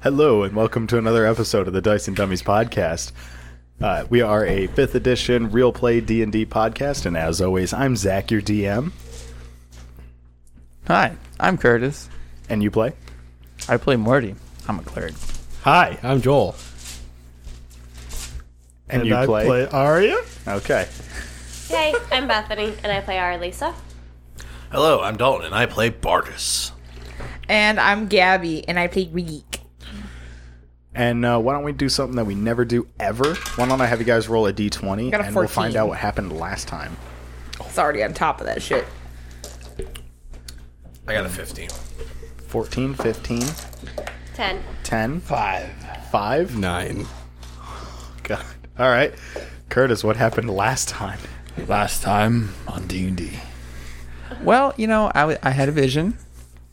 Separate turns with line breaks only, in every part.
Hello, and welcome to another episode of the Dice and Dummies podcast. Uh, we are a fifth edition real play D and D podcast, and as always, I'm Zach, your DM,
Hi, I'm Curtis.
and you play.
I play Morty. I'm a cleric.
Hi,
I'm Joel.
and, you
I
play.
Arya.
Okay,
Hey, I'm Bethany, and I play our Lisa.
Hello, I'm Dalton, and I play Bartis.
And I'm Gabby, and I play Reek.
and uh, why don't we do something that we never do ever? Why don't I have you guys roll a d20,
got a
and we'll find
14.
out what happened last time.
It's already on top of that shit.
I got a 15.
14, 15,
Ten.
10,
Five.
5.
Nine.
God. All right, Curtis, what happened last time?
Last time on D&D.
Well, you know, I, w- I had a vision.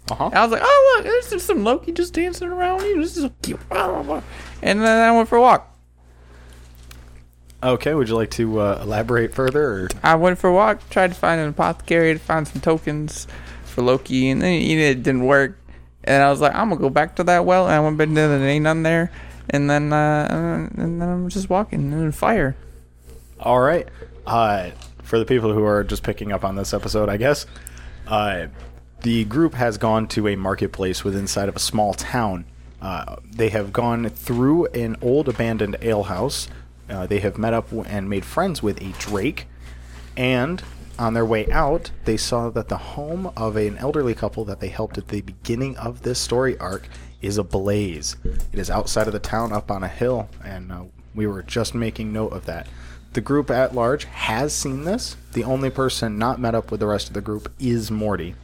Uh-huh.
I was like, oh, look, there's just some Loki just dancing around. You know, This is so cute. Blah, blah, blah. And then I went for a walk.
Okay, would you like to uh, elaborate further? Or?
I went for a walk, tried to find an apothecary to find some tokens for Loki, and then you know, it didn't work. And I was like, I'm going to go back to that well. And I went back there, and there ain't none there. And then, uh, and then I'm just walking, and then fire.
All right. Uh, for the people who are just picking up on this episode, I guess, uh, the group has gone to a marketplace within inside of a small town. Uh, they have gone through an old abandoned alehouse. Uh, they have met up w- and made friends with a drake. And on their way out, they saw that the home of an elderly couple that they helped at the beginning of this story arc is ablaze. It is outside of the town up on a hill, and uh, we were just making note of that. The group at large has seen this. The only person not met up with the rest of the group is Morty,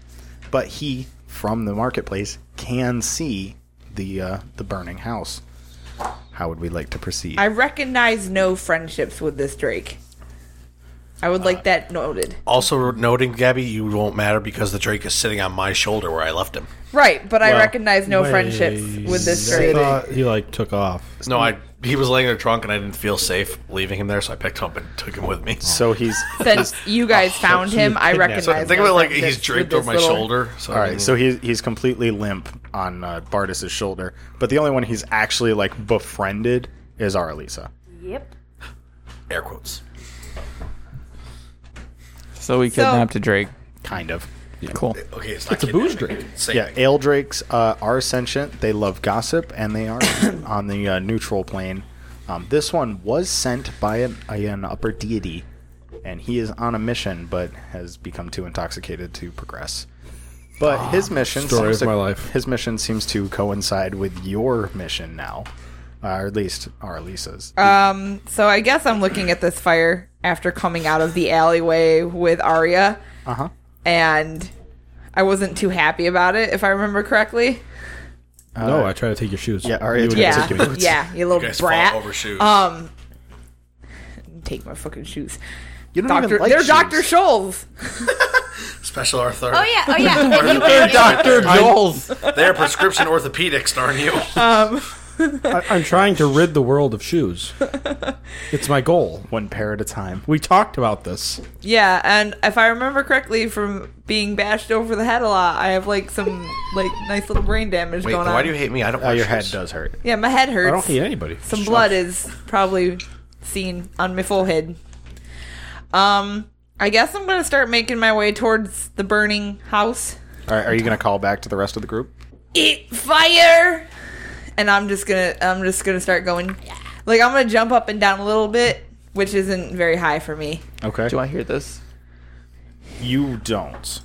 but he, from the marketplace, can see the uh, the burning house. How would we like to proceed?
I recognize no friendships with this Drake. I would like that noted.
Also, noting, Gabby, you won't matter because the Drake is sitting on my shoulder where I left him.
Right, but I recognize no friendships with this
I
Drake.
thought he like took off.
No, I he was laying there drunk, and I didn't feel safe leaving him there, so I picked him up and took him with me.
so
So,
he's
Since you guys found him, I recognize.
think
no
of it like
friendships
he's
with
draped
this
over my
little-
shoulder. So
All right, so
Mm-hmm.
he's he's completely limp on uh, Bartis's shoulder, but the only one he's actually like befriended is Aralisa.
Yep.
air quotes.
So we kidnapped a Drake.
Kind of.
Cool.
Okay, it's not
It's a booze drink.
Yeah, ale drakes uh, are sentient. They love gossip, and they are on the uh, neutral plane. Um, this one was sent by an, a- an upper deity, and he is on a mission, but has become too intoxicated to progress. But his mission
Ah, story
seems
of
to-
my life.
His mission seems to coincide with your mission now, uh, or at least Aralisa's.
Um, so I guess I'm looking at this fire after coming out of the alleyway with Arya,
uh huh.
and I wasn't too happy about it, if I remember correctly.
no, I Uh, tried to take your shoes.
yeah, Arya
You would
tried to
have
take your
Yeah,
taken it.
yeah, you little
You guys
brat.
fall over shoes.
Um, take my fucking shoes.
You don't
Doctor,
even like
they're
shoes.
Doctor Scholes.
Special Arthur.
Oh yeah. Oh yeah. And you- and you-
Dr. Joel's.
They're prescription orthopedics, darn you.
I, I'm trying to rid the world of shoes. it's my goal.
One pair at a time.
We talked about this.
Yeah, and if I remember correctly from being bashed over the head a lot, I have like some like nice little brain damage
Wait,
going on.
why do you hate me? I don't.
Oh,
wear
your
shoes.
head does hurt.
yeah, my head hurts.
I don't hate anybody.
some blood is probably seen on my forehead. Um, I guess I'm gonna start making my way towards the burning house.
All right, are you going to call back to the rest of the group?
eat fire and i'm just gonna i'm just gonna start going like i'm gonna jump up and down a little bit which isn't very high for me
Okay.
Do I hear this?
You don't.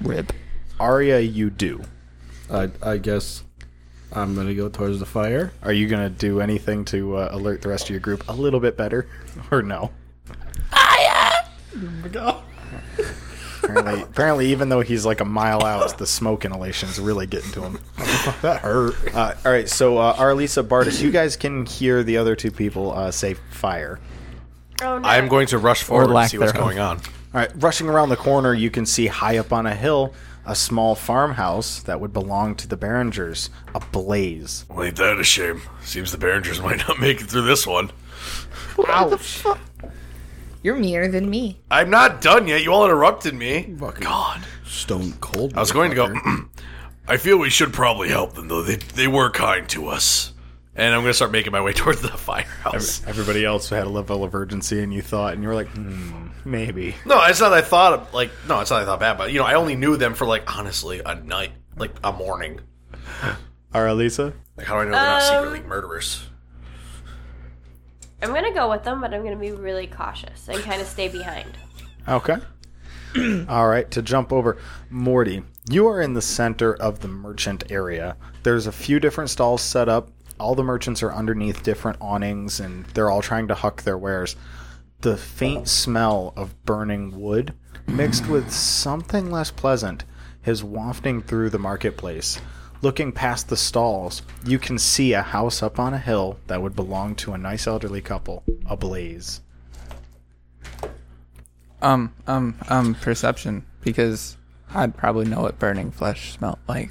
Rip.
Arya, you do.
I, I guess I'm gonna go towards the fire.
Are you going to do anything to uh, alert the rest of your group a little bit better, or no? Apparently, apparently, even though he's like a mile out, the smoke inhalation's really getting to him. that hurt. Uh, all right, so uh, Arlisa Bartis, you guys can hear the other two people uh, say fire.
Oh no.
I am going to rush forward and
lack
see what's
thereof.
going on.
All right, rushing around the corner, you can see high up on a hill a small farmhouse that would belong to the Berengers ablaze.
Well, ain't that a shame? Seems the Barringers might not make it through this one.
Ouch!
you're meaner than me
I'm not done yet. You all interrupted me. God.
Stone cold.
I was going to go. I feel we should probably help them though. They they were kind to us, and I'm gonna start making my way towards the firehouse.
Everybody else had a level of urgency, and you thought, and you were like, hmm, maybe.
No, it's not that I thought of- like no, it's not that I thought bad, but you know, I only knew them for like honestly a night, like a morning.
All right, Lisa.
Like how do I know they're not secretly murderers?
I'm gonna go with them, but I'm gonna be really cautious and kind of stay behind.
Okay. All right, to jump over, Morty, you are in the center of the merchant area. There's a few different stalls set up. All the merchants are underneath different awnings and they're all trying to huck their wares. The faint smell of burning wood mixed with something less pleasant is wafting through the marketplace. Looking past the stalls, you can see a house up on a hill that would belong to a nice elderly couple ablaze.
Um, um, um, perception, because I'd probably know what burning flesh smelled like.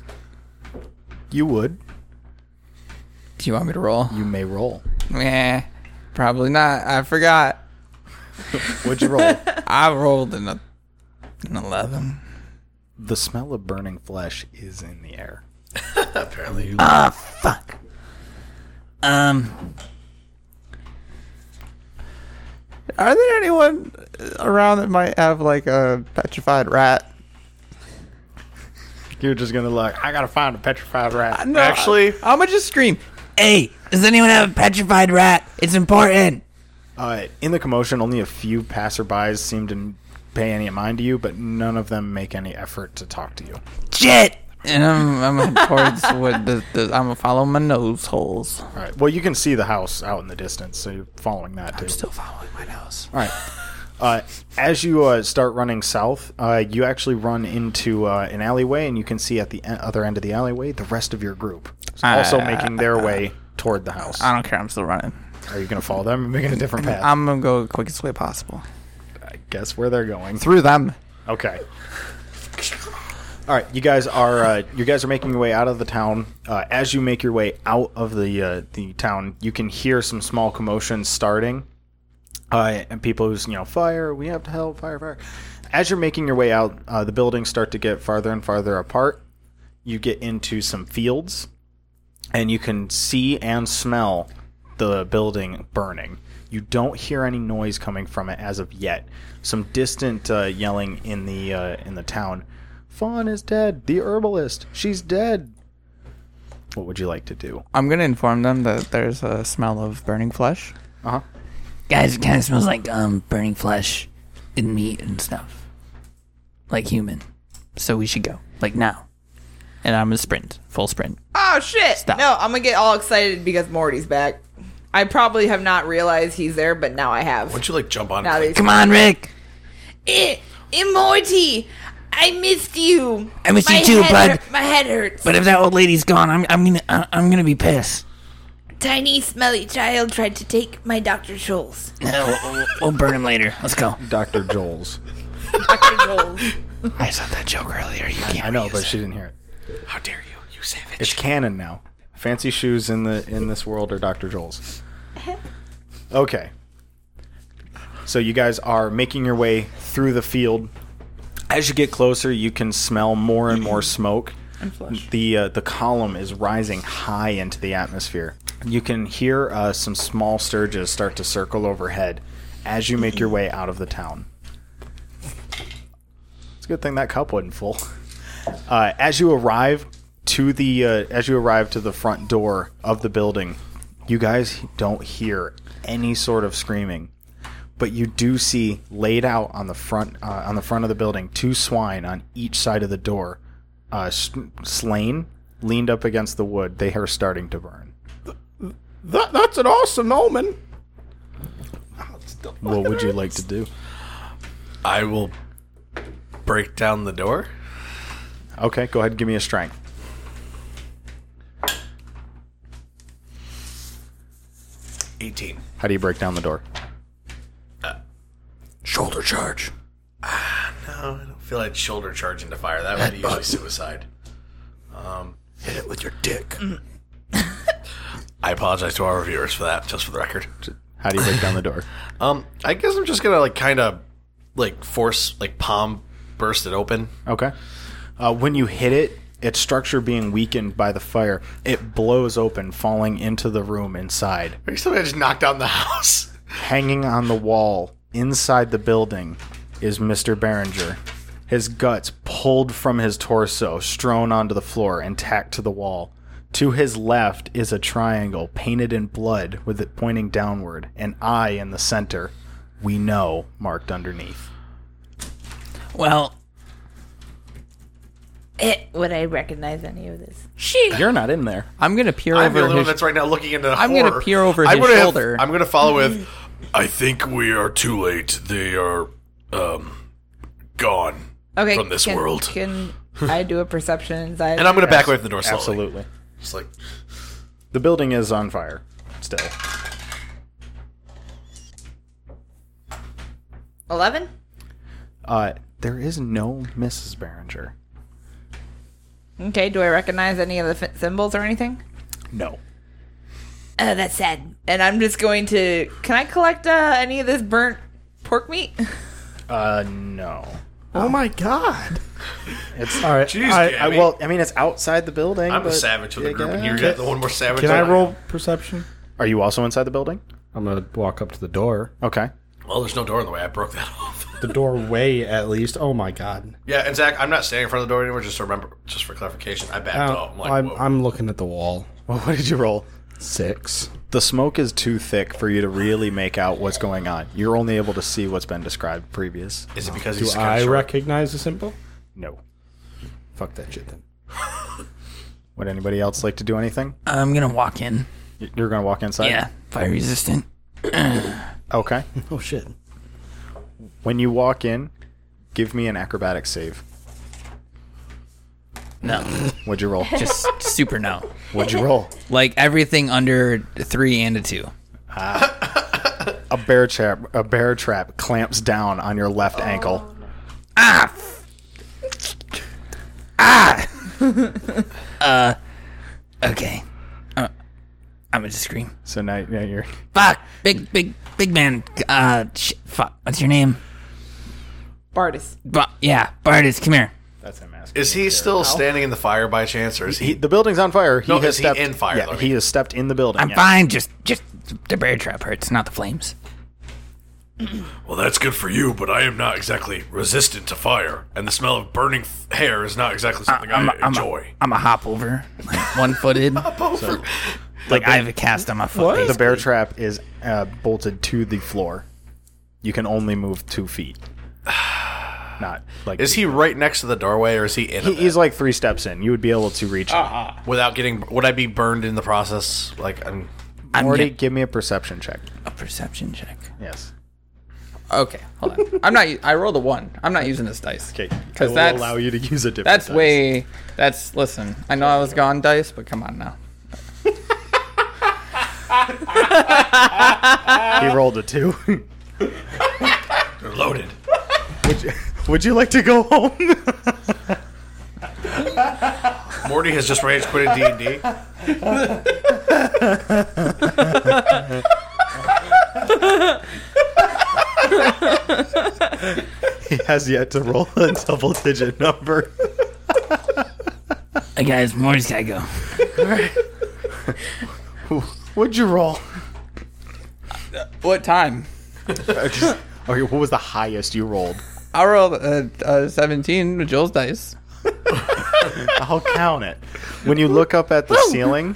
You would,
Do you want me to roll?
you may roll.
Eh, probably not. I forgot.
Would you roll?
I rolled an, e-, an 11.
The smell of burning flesh is in the air.
Apparently, you
Fuck. Um. Are there anyone around that might have like a petrified rat?
You're just gonna like, I gotta find a petrified rat.
No,
Actually-
I, am gonna just scream.
Hey, does anyone have a petrified rat? It's important.
Uh, in the commotion, only a few passerbys seem to pay any mind to you, but none of them make any effort to talk to you.
Shit.
And I'm, I'm towards what the, the, I'm gonna follow my nose holes.
All right. Well, you can see the house out in the distance, so you're following that too.
Still following my nose.
All right. Uh, as you uh, start running south, uh, you actually run into uh, an alleyway, and you can see at the e- other end of the alleyway the rest of your group, also making their way toward the house.
Ah. I don't care. I'm still running.
Are you gonna follow them? Or making a different path.
I'm gonna go the quickest way possible
I guess where they're going.
through them.
Okay. All right, you guys are uh, you guys are making your way out of the town. Uh, as you make your way out of the uh, the town, you can hear some small commotion starting, uh, and people who's you know fire, we have to help, fire, fire. As you're making your way out, uh, the buildings start to get farther and farther apart. You get into some fields, and you can see and smell the building burning. You don't hear any noise coming from it as of yet. Some distant uh, yelling in the uh, in the town. Fawn is dead. The herbalist. She's dead. What would you like to do?
I'm gonna inform them that there's a smell of burning flesh.
Uh huh.
Guys, it kind of smells like um burning flesh and meat and stuff. Like human. So we should go. Like now. And I'm gonna sprint. Full sprint.
Oh shit! No, I'm gonna get all excited because Morty's back. I probably have not realized he's there, but now I have.
Why don't you like jump on?
now
and,
that
like,
he's
Come on, Rick.
Eh, eh, Morty, I missed you.
I miss you too, bud.
hurt- my head hurts.
But if that old lady's gone, I'm I'm gonna I- I'm gonna be pissed.
Tiny smelly child tried to take my Dr. Scholl's.
No, we'll- we'll, we'll burn him later. Let's go.
Doctor Joel's.
Dr. Scholl's.
I saw that joke earlier. You
I
can't.
know, but she didn't hear it.
How dare you, you savage!
It's canon now. Fancy shoes in the in this world are Dr. Joel's. Okay. So you guys are making your way through the field. As you get closer, you can smell more and more smoke. The uh, the column is rising high into the atmosphere. You can hear uh, some small sturges start to circle overhead as you make your way out of the town. It's a good thing that cup wasn't full. Uh, as you arrive to the uh, as you arrive to the front door of the building, you guys don't hear any sort of screaming, but you do see laid out on the front uh, on the front of the building two swine on each side of the door, uh, s- slain, leaned up against the wood. They are starting to burn.
That, that's an awesome omen. Oh
What would you like to do?
I will break down the door.
Okay, go ahead. and Give me a strength.
Eighteen.
How do you break down the door?
Shoulder charge. Ah, no, I don't feel like shoulder charge into fire. That would be usually suicide. Um, hit it with your dick. I apologize to our viewers for that, just for the record.
How do you break down the door?
Um, I guess I'm just gonna like kind of like force like palm burst it open.
Okay. Uh, when you hit it, its structure being weakened by the fire, it blows open, falling into the room inside.
Maybe somebody just knocked down the house.
Hanging on the wall inside the building is Mr. Barringer. His guts pulled from his torso, strewn onto the floor and tacked to the wall. To his left is a triangle painted in blood with it pointing downward, an eye in the center. We know marked underneath.
Well,
It, Eh, would I recognize any of this?
You're not in there.
I'm gonna peer
I'm the
over
only one
his.
that's right now looking into the
I'm gonna
horror.
peer over
I'm
his
gonna have-
shoulder.
I'm going to follow with, I think we are too late. They are um, gone
Okay.
from this
can-
world.
Can I do a perception inside?
and I'm going to back away from the door slowly.
Absolutely.
Just like,
The building is on fire still.
11?
Uh, there is no Mrs. Barringer.
Okay. Do I recognize any of the f- symbols or anything?
No.
Oh, that's sad. And I'm just going to. Can I collect uh, any of this burnt pork meat?
Uh, no.
Oh my god!
It's
All right.
Jeez,
I-
I,
Gabby.
well, I mean, it's outside the building.
I'm the
but
savage of
I
the group, and
guess-
you're the one more savage.
can I
than
roll perception?
Are you also inside the building?
I'm gonna walk up to the door.
Okay.
am. Well, there's no door in the way. I broke that off.
The doorway, at least. Oh my god!
yeah, and Zach, I'm not standing in front of the door anymore. Just to remember, just for clarification, I backed
Uh,
off. I'm like,
I'm,
whoa.
I'm looking at the wall.
Well, what did you roll?
Six.
The smoke is too thick for you to really make out what's going on. You're only able to see what's been described previous.
Is it because
Do
he's kind
I
of
recognize the symbol?
No.
Fuck that shit then.
Would anybody else like to do anything?
I'm gonna walk in.
Y- You're gonna walk inside.
Yeah, fire resistant.
Okay.
Oh shit!
When you walk in, give me an acrobatic save.
No,
What'd you roll?
just super no.
What'd you roll?
Like everything under three and a two.
A bear trap. A bear trap clamps down on your left ankle.
Okay, uh, I'm gonna scream.
So now, now you're.
Fuck, Ah, big, big, big man. Uh, sh- fuck. What's your name?
Bardis.
Ba- yeah, Bartis, come here.
That's him asking.
Is he still standing in the fire by chance, or is
He,
he?
the building's on fire. He
No,
has
is he
stepped
in fire,
Yeah,
though?
he has stepped in the building.
I'm
yeah.
fine. Just, just the bear trap hurts, not the flames.
Well, that's good for you, but I am not exactly resistant to fire, and the smell of burning f- hair is not exactly something I
I'm, a, I'm, a,
enjoy.
I'm a hop over, like one footed. like I have a cast on my foot.
The
basically.
bear trap is uh, bolted to the floor. You can only move two feet. Not like
is he right next to the doorway, or is he in?
he-
He
he's like three steps in. You would be able to reach. him.
without getting. Would I be burned in the process? Like, I'm,
I'm
Morty,
get-
give me a perception check.
a perception check.
Yes.
Okay, hold on. I'm not. u- I rolled a one. I'm not using this dice.
Okay.
because
I
that's
will allow you to use a different.
that's
dice.
way. That's listen. I know I was gone dice, but come on now.
He rolled a two.
they're loaded.
would, you, would you like to go home?
Morty has just rage quitted D and D.
he has yet to roll a double-digit number.
Hey guys, Morty's gotta go.
What'd you roll?
What time?
Okay, what was the highest you rolled?
I rolled a, a 17 with Joel's dice.
I'll count it. When you look up at the ceiling,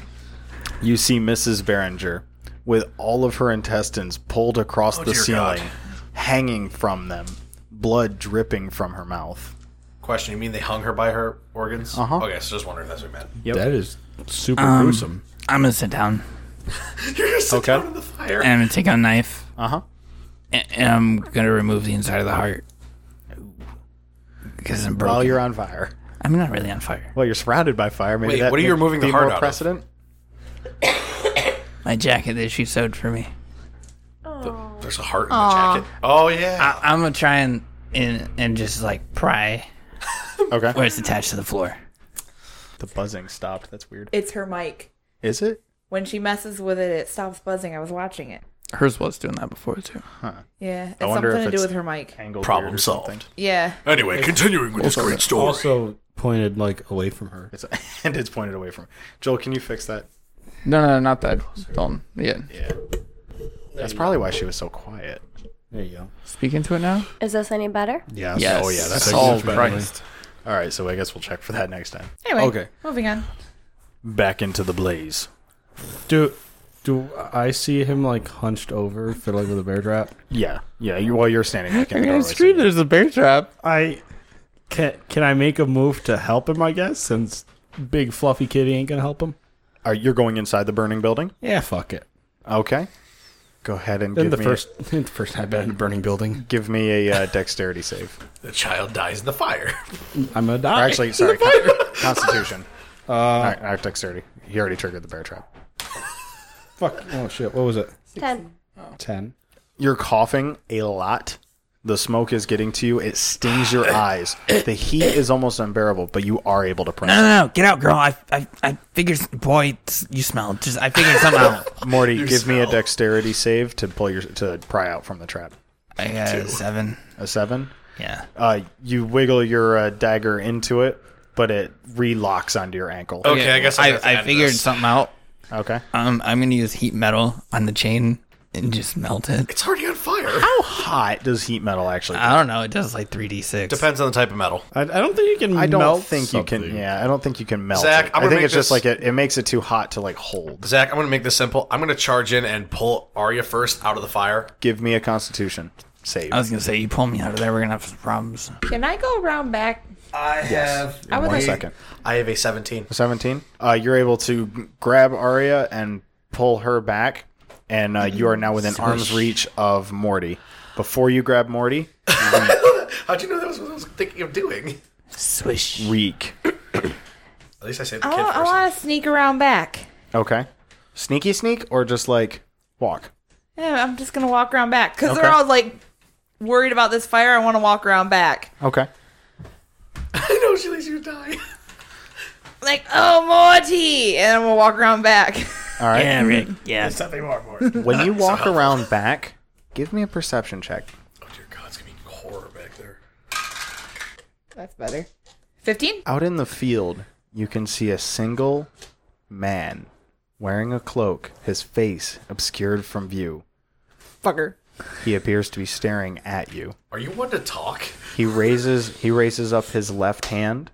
you see Mrs. Barringer with all of her intestines pulled across the
dear
ceiling,
God.
hanging from them, blood dripping from her mouth.
Question: You mean they hung her by her organs? Uh huh. Okay, so just wondering if that's what you meant.
That is super gruesome.
I'm gonna sit down
You're gonna sit
Okay.
down in the fire.
and I'm gonna take out a knife
Uh huh.
and, and I'm gonna remove the inside of the heart because I'm broken.
While you're on fire.
I'm not really on fire.
Well, you're surrounded by fire. Maybe
Wait,
that
what are you
may
removing the
be
heart
more
out of?
precedent?
My jacket that she sewed for me.
There's a heart in the jacket. Oh yeah.
I, I'm gonna try and, and and just like pry
Okay.
where it's attached to the floor.
The buzzing stopped. That's weird.
It's her mic.
Is it?
When she messes with it, it stops buzzing. I was watching it.
Hers was doing that before too.
Yeah. It's
wonder
something
if
to do
it's-
with her mic.
Angled
Problem
weird or
solved.
something.
Yeah.
Anyway, continuing with this great story.
Also, pointed like away from her.
It's and it's pointed away from. Joel, can you fix that?
No, no, not that. Dalton. Yeah.
Yeah. That's probably why she was so quiet.
There you go.
Speak into it now.
Is this any better?
Yeah.
Yes.
Oh yeah. That's
That's
all
all
much better.
Christ.
All right. So I guess we'll check for that next time.
Anyway,
Okay.
moving on.
Back into the blaze.
Do do I see him like hunched over fiddling with a bear trap?
Yeah. Yeah. You, while you're standing back in the doorway, so-
there's a bear trap.
I can can I make a move to help him? I guess since big fluffy kitty ain't gonna help him.
Are you're going inside the burning building?
Yeah, fuck it.
Okay. Go ahead and
Then
give
the
me
first the first I've been in a burning building,
give me a uh, dexterity save.
The child dies in the fire.
I'm gonna
Or
die.
actually, sorry, con- Constitution. All right, all right, dexterity. He already triggered the bear trap.
fuck. Oh shit. What was it?
Ten.
Ten.
You're coughing a lot. The smoke is getting to you. It stings your eyes. The heat is almost unbearable, but you are able to
No,
press.
no, no, get out, girl. I, I, I figured, boy, it's- you smell. Just, I figured something out.
it. Morty, give me a dexterity save to pull your to pry out from the trap.
I got a seven.
A seven.
Yeah.
Uh, you wiggle your uh, dagger into it, but it relocks onto your ankle.
Okay, I guess I,
I, I figured
something.
something out.
Okay.
Um, I'm gonna use heat metal on the chain and just melt it.
It's already on fire.
How hot does heat metal actually?
I don't know. It does like three d six.
Depends on the type of metal.
I, I don't think you can.
I don't
melt
think you
something.
can. Yeah, I don't think you can melt.
Zach,
it. I
I'm gonna
think
make
it's just like
this-
it, it makes it too hot to like hold.
Zach, I'm gonna make this simple. I'm gonna charge in and pull Arya first out of the fire.
Give me a Constitution save.
I was gonna say you pull me out of there, we're gonna have some problems.
Can I go around back?
I have
I would
One
like
second.
I have a 17.
Seventeen. Uh, you're able to g- grab Arya and pull her back, and uh, you are now within arm's reach of Morty. Before you grab Morty,
How'd you know that was what I was thinking of doing?
Swish.
reek.
At least I saved the
I
kid
want, I
first.
want to sneak around back.
Okay. Sneaky sneak or just like walk.
Yeah, I'm just gonna walk around back because
Okay.
they're all like worried about this fire. I want to walk around back.
Okay.
I know she leaves you to die.
Like, oh Morty, and I'm gonna walk around back.
All right.
Yeah, Rick. Yeah.
Something more, more. oh dear
When you walk around back, give me a perception check.
God, it's gonna be horror back there.
That's better. Fifteen.
Out in the field, you can see a single man wearing a cloak, his face obscured from view.
Fucker.
He appears to be staring at you.
Are you one to talk?
He raises he raises up his left hand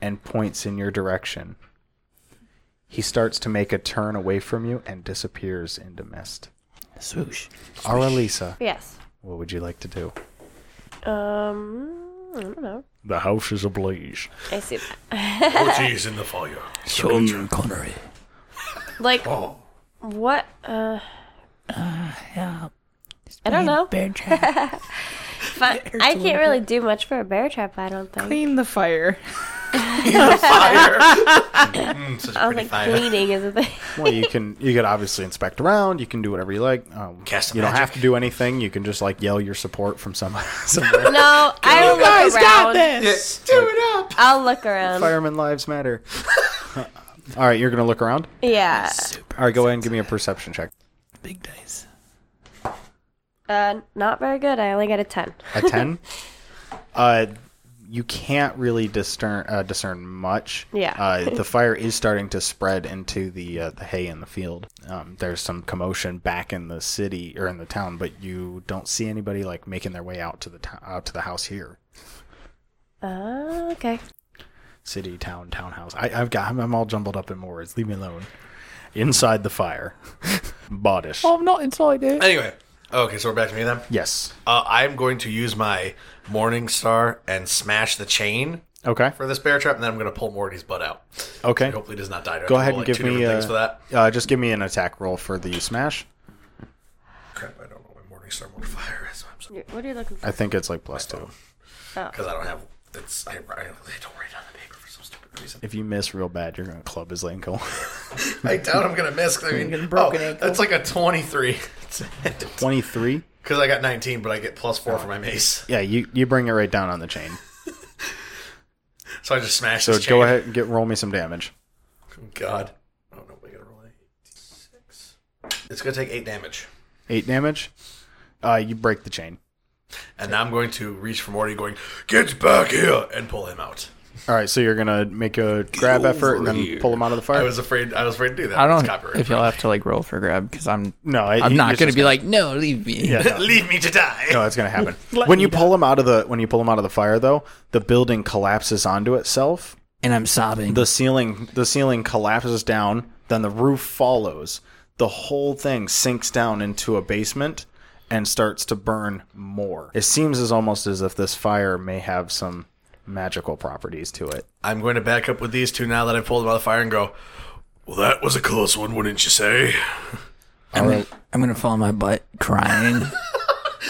and points in your direction. He starts to make a turn away from you and disappears into mist.
Swoosh.
Aralisa,
Yes.
what would you like to do?
Um, I don't know.
The house is ablaze.
I see that.
Oh jeez, in the fire.
Sean Connery.
Like,
Oh.
what? Uh,
Yeah.
I don't know.
Bear trap.
Fi- I can't really do much for a bear trap, I don't think.
Clean the fire.
Fire. Mm, such a
I don't
pretty
think
fire.
cleaning is a thing.
Well, you can you could obviously inspect around. You can do whatever you like. Um,
Cast
you don't
magic.
have to do anything. You can just like yell your support from some somewhere.
No, I will look around.
Yes. Do it up.
I'll look around.
Fireman lives matter. All right, you're gonna look around.
Yeah.
All right, go ahead and give me a perception check.
Big dice.
Uh, not very good. I only got a 10.
a 10 uh you can't really discern uh, discern much
Yeah.
uh, the fire is starting to spread into the uh, the hay in the field um, there's some commotion back in the city or in the town but you don't see anybody like making their way out to the to- out to the house here
Uh, okay.
city town townhouse I, i've got I'm, I'm all jumbled up in words leave me alone inside the fire bodish
I'm not inside it.
Anyway. Okay, so we're back to me then.
yes
Uh, I'm going to use my morning star and smash the chain
okay
for this bear trap, and then I'm going to pull Morty's butt out.
okay
Hopefully, he does not die. Do I have
go
to
ahead
roll,
and give
like, two
me
different
uh,
things for that.
uh, just give me an attack roll for the smash
Crap, I don't know my morning star modifier is. I'm sorry.
What are you looking for?
i think it's like plus two
because I don't have. It's, I, I don't write on the paper for some stupid reason.
If you miss real bad, you're gonna club his ankle.
I doubt I'm gonna miss. 'cause I mean,
broken
oh,
ankle.
that's like a 23.
Twenty three.
Because I got 19, but I get plus four for my mace,
Yeah, you you bring it right down on the chain.
so I just smash.
So
this chain.
go ahead and get roll me some damage.
Oh, God. Oh no, we gotta roll an 86. It's gonna take eight damage,
Eight damage. Uh, you break the chain.
and now I'm going to reach for Morty, going, "Get back here!" and pull him out.
All right, so you're gonna make a grab effort and then pull him out of the fire.
I was afraid. I was afraid to do that.
I
It's
don't know
copyright.
if you'll have to like roll for grab because I'm
no, I,
I'm
he-
not
he's
gonna
just
be like no, leave me.
Yeah, no,
Leave me to die.
no, that's gonna happen. when you pull him out of the when you pull him out of the fire, though, the building collapses onto itself.
And I'm sobbing.
The ceiling the ceiling collapses down. Then the roof follows. The whole thing sinks down into a basement and starts to burn more. It seems as almost as if this fire may have some magical properties to it.
I'm going to back up with these two now that I pulled them out of the fire and go. Well, that was a close one, wouldn't you say?
I'm, gonna, I'm gonna fall on my butt crying.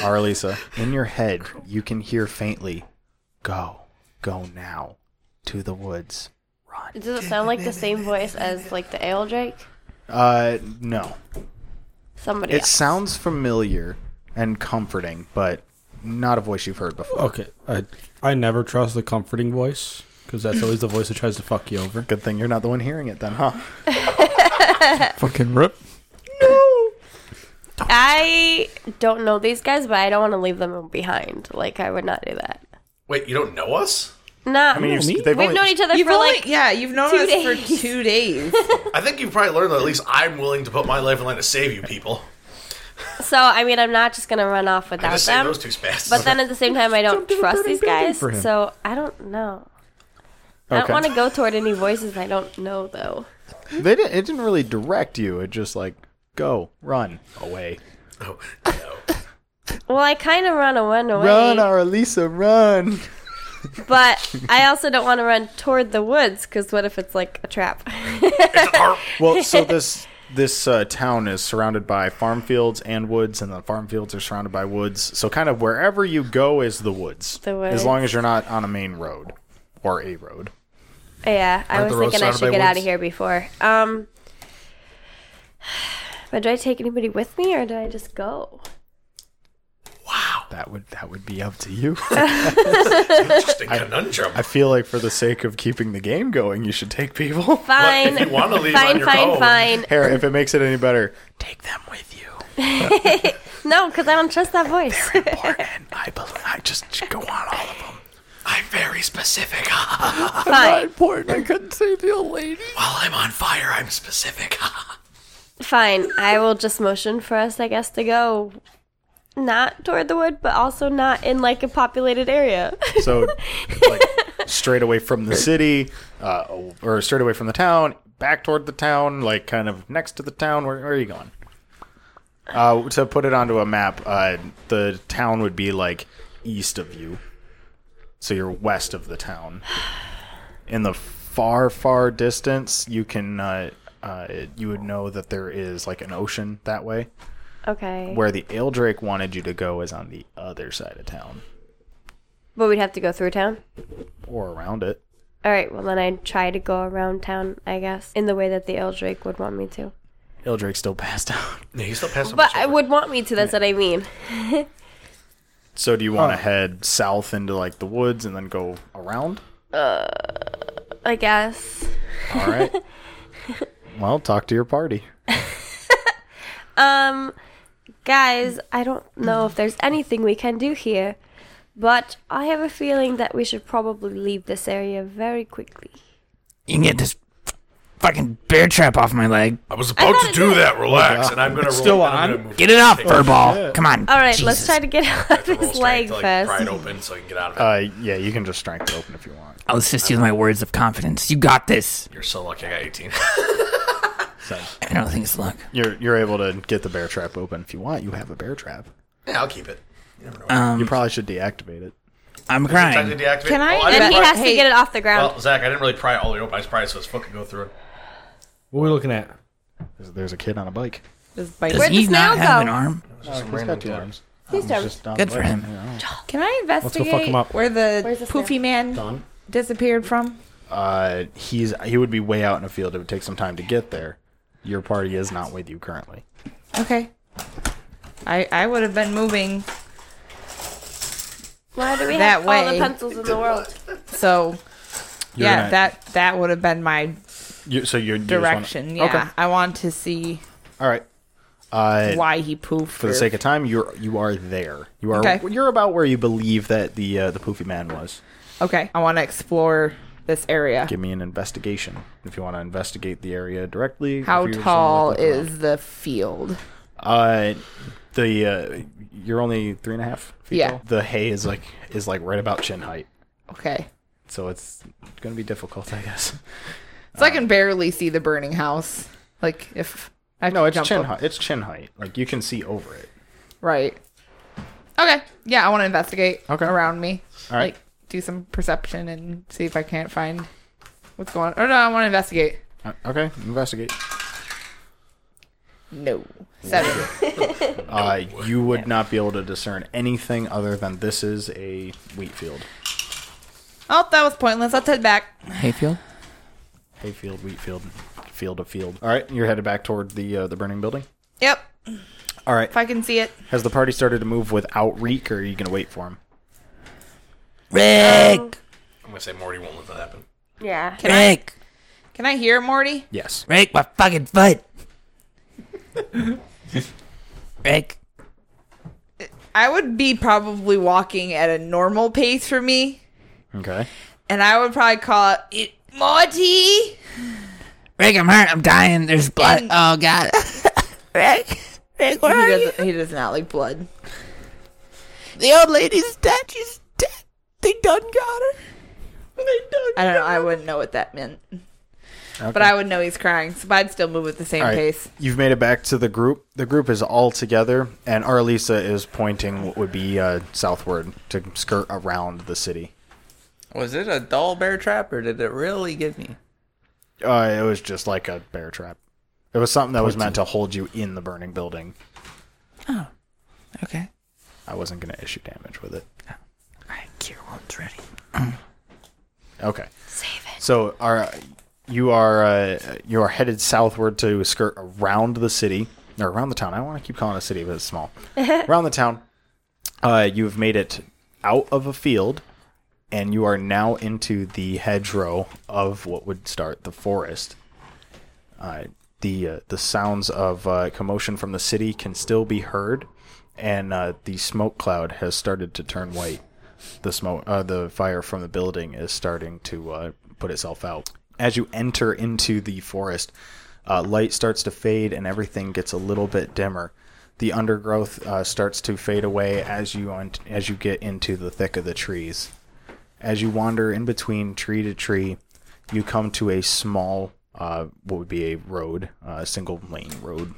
Arlisa, in your head, you can hear faintly, "Go, go now, to the woods."
Does it sound like the same voice as like the ale Drake?
Uh, no,
Somebody.
it sounds familiar and comforting, but not a voice you've heard before.
Okay, I I never trust the comforting voice because that's always the voice that tries to fuck you over.
Good thing you're not the one hearing it, then, huh?
Fucking rip.
I don't know these guys, but I don't want to leave them behind. Like I would not do that.
Wait, you don't know us?
Nah, I
mean, you've- me? they've
we've
only-
known each other
You've
for
only,
like
yeah, you've known
two
us for
days.
two days.
I think you've probably learned that at least I'm willing to put my life in line to save you people.
so. I mean, I'm not just gonna run off
I
without
just saved
them.
those two spats.
But then at the same time, I don't
do a
trust
burning
these guys,
building for him.
so I don't know. I don't
Okay.
want to go toward any voices I don't know, though.
They didn't, it didn't really direct you. It just like, "Go, run away,
Oh, no.
Well, I kind of run away,
run, Arlisa, run."
but I also don't want to run toward the woods because what if it's like a trap?
It's an arp.
Well, so this this uh, town is surrounded by farm fields and woods, and the farm fields are surrounded by woods. So kind of wherever you go is the woods,
The
as long as you're not on a main road or a road.
yeah, I
Aren't
was
the roads
thinking I
surrounded
should
by
get out of
woods?
here before. Um, but do I take anybody with me or do I just go?
That would that would be up to you.
Interesting conundrum.
I feel like for the sake of keeping the game going, you should take people.
Fine,
you wanna leave on
fine,
your
fine,
own.
fine.
Here, if it makes it any better, take them with you.
No, because I don't trust that voice.
Important. I believe. I just, just go on all of them.
I'm very specific.
fine,
Important. I couldn't save the old lady.
While I'm on fire, I'm specific.
fine. I will just motion for us, I guess, to go. Not toward the wood, but also not in like a populated area.
So, like, straight away from the city, uh, or straight away from the town, back toward the town, like kind of next to the town. Where, where are you going? Uh, to put it onto a map, uh, the town would be like east of you, so you're west of the town. In the far, far distance, you can uh, uh, you would know that there is like an ocean that way.
okay.
Where the Eldrake wanted you to go is on the other side of town
But we'd have to go through town.
or around it.
All right, well then I try to go around town, I guess, in the way that the Eldrake would want me to.
Eldrake's still passed out.
No, he's still passing
But I would want me to. That's what I mean.
So do you want to head south into like the woods and then go around?
I guess.
All right. well, talk to your party.
Um, guys, I don't know if there's anything we can do here, but I have a feeling that we should probably leave this area very quickly.
You can get this fucking bear trap off my leg.
I was about
thought
to
it
do
did.
that. Relax, and I'm gonna roll.
still
and I'm
on.
gonna move-
Get it off, furball. Come on.
All right, let's
Jesus.
try to get out
roll
of his
strength
leg
to, like, Pry it
first.
open so I can get out of it.
Uh, yeah, you can just strength it open if you want.
I'll assist you with my words of confidence. You got this.
You're so lucky. I got 18.
I don't think it's luck.
You're you're able to get the bear trap open if you want. You have a bear trap.
yeah, I'll keep it.
Um,
You probably should deactivate it.
Time
I'm
to
crying.
deactivate.
Can I-
Oh,
Then
And
didn't
he
pry-
has to
Hey.
get it off the ground.
Well, Zach, I didn't really pry it all the way open. I just pried it so his foot could go through it.
What are we looking at?
There's, there's a kid on a bike.
Just bite.
Does
Where'd
he
the
not
snail
have
go?
an arm?
Oh, He's got two arms.
Please don't.
Good for him.
Can I investigate
him up.
where the
Where's the snail?
poofy man disappeared from?
Uh, he's he would be way out in a field. It would take some time to get there. Your party is not with you currently.
Okay. I I would have been moving,
Why do we
That
have all the
way.
pencils in the world?
so
You're
yeah,
not-
that that would have been my
You, so you're
direction.
You just
yeah,
wanna,
I want to see
Okay. All right. Uh,
why he poofed.
for the sake of time, you're you are there. You are
Okay.
you're about where you believe that the uh, the poofy man was.
okay, I want to explore this area.
Give me an investigation if you want to investigate the area directly.
How
if you just wanna
tall
look around.
is the field?
Uh, the uh, you're only three and a half feet
Yeah.
tall. The hay is like is like right about chin height,
Okay.
so it's gonna be difficult, I guess.
So
Uh,
I can barely see the burning house. Like if I have
No,
to
it's
jump
chin
up-
height. It's chin height. Like you can see over it.
Right. Okay. Yeah, I want to investigate
Okay.
around me.
All right.
Like do some perception and see if I can't find what's going on. Oh no, I want to investigate.
Uh, okay, investigate.
No. Seven.
Uh, you would not be able to discern anything other than this is a wheat field,
oh, that was pointless. Let's head back.
Hayfield?
hayfield, wheat field, field of field. All right, you're headed back toward the uh, the burning building.
Yep.
All right,
If I can see it.
has the party started to move without Reek, or are you gonna wait for him?
Oh,
Rick!
I'm gonna say Morty won't let that happen.
Yeah.
Can I
Rick!
can I hear Morty?
Yes.
Rick, my fucking foot! Rick.
I would be probably walking at a normal pace for me,
Okay.
and I would probably call it Morty.
Rick, I'm hurt. I'm dying. There's blood. Oh, God. Rick. Rick, where
He
are you?
does, he does not like blood.
The old lady's dead. She's dead. They done got her. They done
I don't know. I wouldn't know what that meant, but I would know he's crying, so I'd still move at the same
All right.
pace.
You've made it back to the group. The group is all together, and Arlisa is pointing what would be uh, southward to skirt around the city.
Was it a doll bear trap or did it really get me?
Uh, it was just like a bear trap. It was something that was meant to hold you in the burning building.
Okay.
I wasn't going to issue damage with it.
My cure wound's ready.
Okay.
Save it.
So are you are uh, you are headed southward to skirt around the city or around the town. I don't want to keep calling it a city, but it's small. around the town, uh, you've made it out of a field, and you are now into the hedgerow of what would start the forest. Uh, the uh, the sounds of uh, commotion from the city can still be heard, and uh, the smoke cloud has started to turn white the smoke uh, the fire from the building is starting to uh, put itself out as you enter into the forest uh, light starts to fade and everything gets a little bit dimmer the undergrowth uh, starts to fade away as you on, as you get into the thick of the trees as you wander in between tree to tree you come to a small uh, what would be a road a single lane road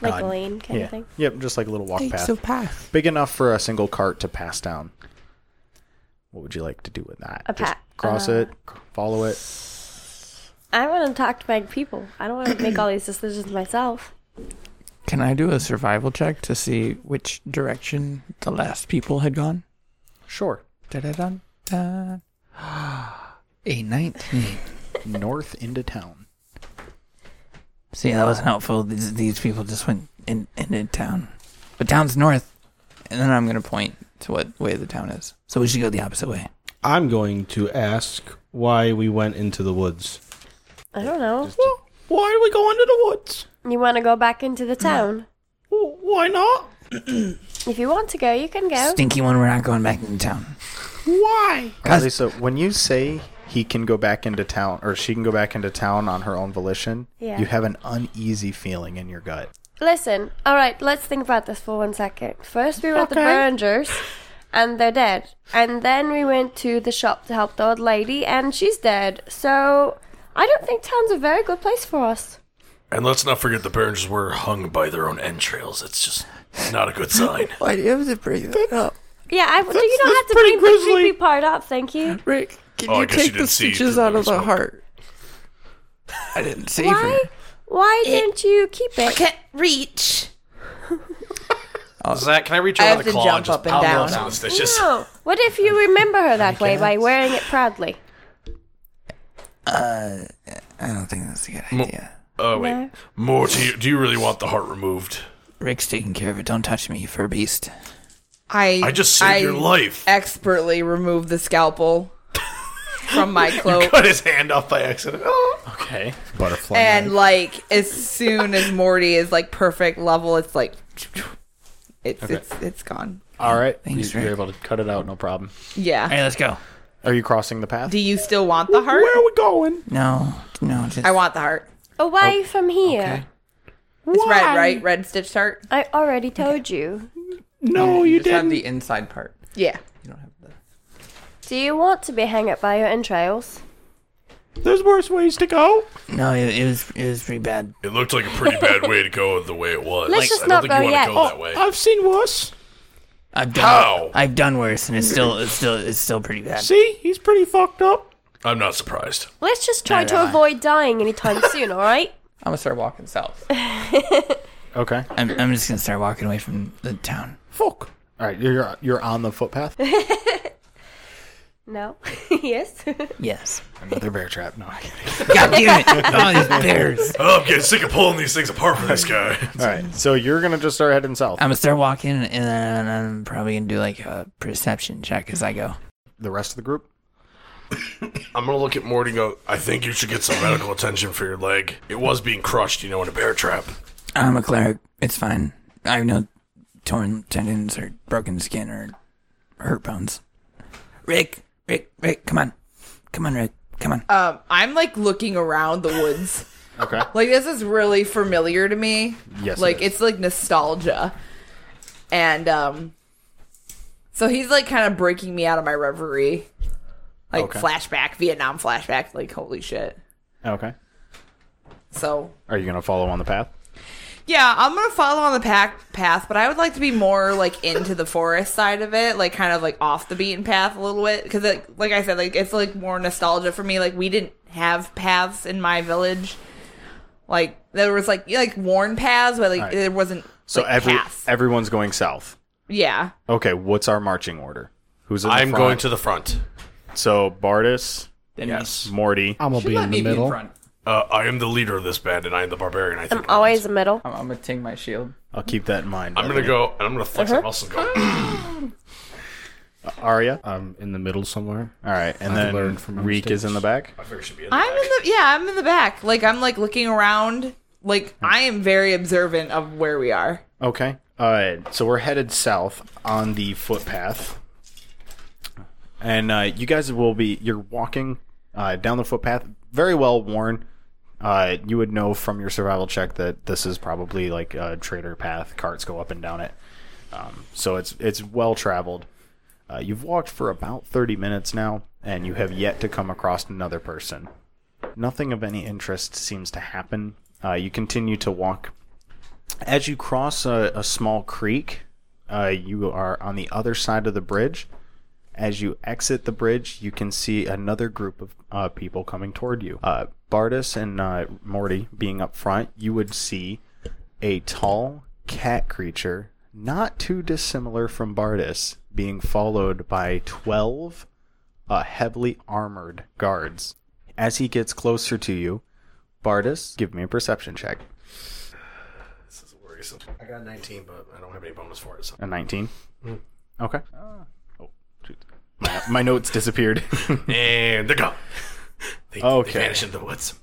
Like a
God.
lane kind
yeah
of thing.
yep just like a little walk path
path.
big enough for a single cart to pass down. What would you like to do with that?
A
Just
pa- uh,
cross it, c- follow it.
I want to talk to my people. I don't want to make all these decisions myself.
Can I do a survival check to see which direction the last people had gone?
Sure.
Da-da-dun-dun. A 19.
North into town.
See, that wasn't helpful. These, these people just went in, into town. But town's north. And then I'm going to point to what way the town is. So we should go the opposite way.
I'm going to ask why we went into the woods.
I don't know.
Why do we go into the woods?
You want to go back into the town?
Why not?
If you want to go, you can go.
Stinky one, we're not going back into town.
Why?
Cause-
Lisa, when you say he can go back into town or she can go back into town on her own volition,
Yeah.
you have an uneasy feeling in your gut.
Listen, all right, let's think about this for one second. First, we were at the Burringers, and they're dead. And then we went to the shop to help the old lady, and she's dead. So I don't think town's a very good place for us.
And let's not forget the Burns were hung by their own entrails. It's just not a good sign.
Why do you have to bring that up?
Yeah, I, so you don't
that's
have to
pretty
bring the
grisly.
creepy part up, thank you.
Rick, can
Oh, I
you
guess you
take the
didn't see
stitches
through
out
the
of the
smoke.
heart?
I didn't save
Why? Why didn't you keep it?
Can't reach.
Zach, can I reach
I
over
have
the
to
claw
jump
and just
up and
pound
down.
down. some of the stitches?
No. What if you remember her that way by wearing it proudly?
I don't think that's a good idea.
Oh wait,
No.
Morty, do you really want the heart removed?
Rick's taking care of it. Don't touch me, you fur beast.
I
I just saved
I
your life.
Expertly removed the scalpel from my cloak.
Cut his hand off by accident. Oh.
Okay.
Butterfly.
And like as soon as Morty is like perfect level, it's like it's it's it's gone.
All right.
Thanks,
you, are
Rick.
able to cut it out, no problem.
Yeah.
All right, let's go.
Are you crossing the path?
Do you still want the heart?
Where are we going?
No, no, just
I want the heart.
Oh,
Away from here.
It's red, right? Red stitched heart.
I already told you.
No, you
just have
didn't.
the inside part.
Yeah.
You don't have the.
Do you want to be hung up by your entrails?
There's worse ways to go.
no. It, it was it was pretty bad.
It looked like a pretty bad way to go the way it was.
Let's just
I don't
not
think
go
you
yet.
want to
Oh,
go that way.
I've seen worse.
I've done
How?
I've done worse, and it's still it's still it's still pretty bad.
See, he's pretty fucked up.
I'm not surprised.
Let's just try
No,
to
no, I-
avoid dying anytime soon, alright?
I'm gonna start walking south.
Okay.
I'm I'm just gonna start walking away from the town.
Fuck.
All right. You're you're on the footpath.
No. yes.
Yes.
Another bear trap. No. I'm kidding.
God damn it! Oh, these bears.
Oh, I'm getting sick of pulling these things apart from this guy.
All right. So you're gonna just start heading south.
I'm gonna start walking, and then I'm probably gonna do like a perception check as I go.
the rest of the group.
I'm gonna look at Morty and go, I think you should get some medical attention for your leg. It was being crushed, you know, in a bear trap.
I'm a cleric. It's fine. I have no torn tendons or broken skin or hurt bones. Rick, Rick, Rick, come on, come on, Rick, come on.
Um, I'm like looking around the woods.
Okay.
Like this is really familiar to me.
Yes, it
Like
is.
it's like nostalgia. And um so he's like kind of breaking me out of my reverie. Like
Okay.
flashback, Vietnam flashback, like holy shit.
Okay.
So
Are you gonna follow on the path?
yeah, I'm gonna follow on the pack path, but I would like to be more like into the forest side of it, like kind of like off the beaten path a little bit, because like, like I said, like it's like more nostalgia for me. Like we didn't have paths in my village, like there was like like worn paths, but like
Alright.
there wasn't
So
like,
every
paths.
everyone's going south.
yeah,
Okay. What's our marching order? Who's in the
I'm
front?
going to the front.
So Bardis,
yes.
Morty.
I'm gonna be in the middle.
Uh, I am the leader of this band, and I am the barbarian. I think
I'm always in the middle.
I'm, I'm gonna ting my shield.
I'll keep that in mind.
I'm gonna go and I'm gonna flex
Uh-huh.
my muscle and go.
Arya.
I'm in the middle somewhere.
All right, and
I've
then
Um, learned from my
Reek is
mistakes.
in the back.
I figure it should be in the
I'm
back.
in the yeah, I'm in the back. Like I'm like looking around. Like
Hmm.
I am very observant of where we are.
Okay. All right. So we're headed south on the footpath, and uh, you guys will be you're walking uh, down the footpath, very well worn. Uh, you would know from your survival check that this is probably like a trader path. Carts go up and down it, um, so it's it's well traveled. Uh, you've walked for about thirty minutes now, and you have yet to come across another person. Nothing of any interest seems to happen. Uh, you continue to walk as you cross a, a small creek, uh, you are on the other side of the bridge. As you exit the bridge, you can see another group of uh, people coming toward you. Uh, Bardis and uh, Morty being up front, you would see a tall cat creature, not too dissimilar from Bardis, being followed by 12 uh, heavily armored guards. As he gets closer to you, Bardis, give me a perception check.
This is worrisome. I got 19, but I don't have any bonus for it. So.
A 19. Okay. oh, shoot. My, my notes disappeared.
And they're gone. They,
Okay.
they vanish into the woods.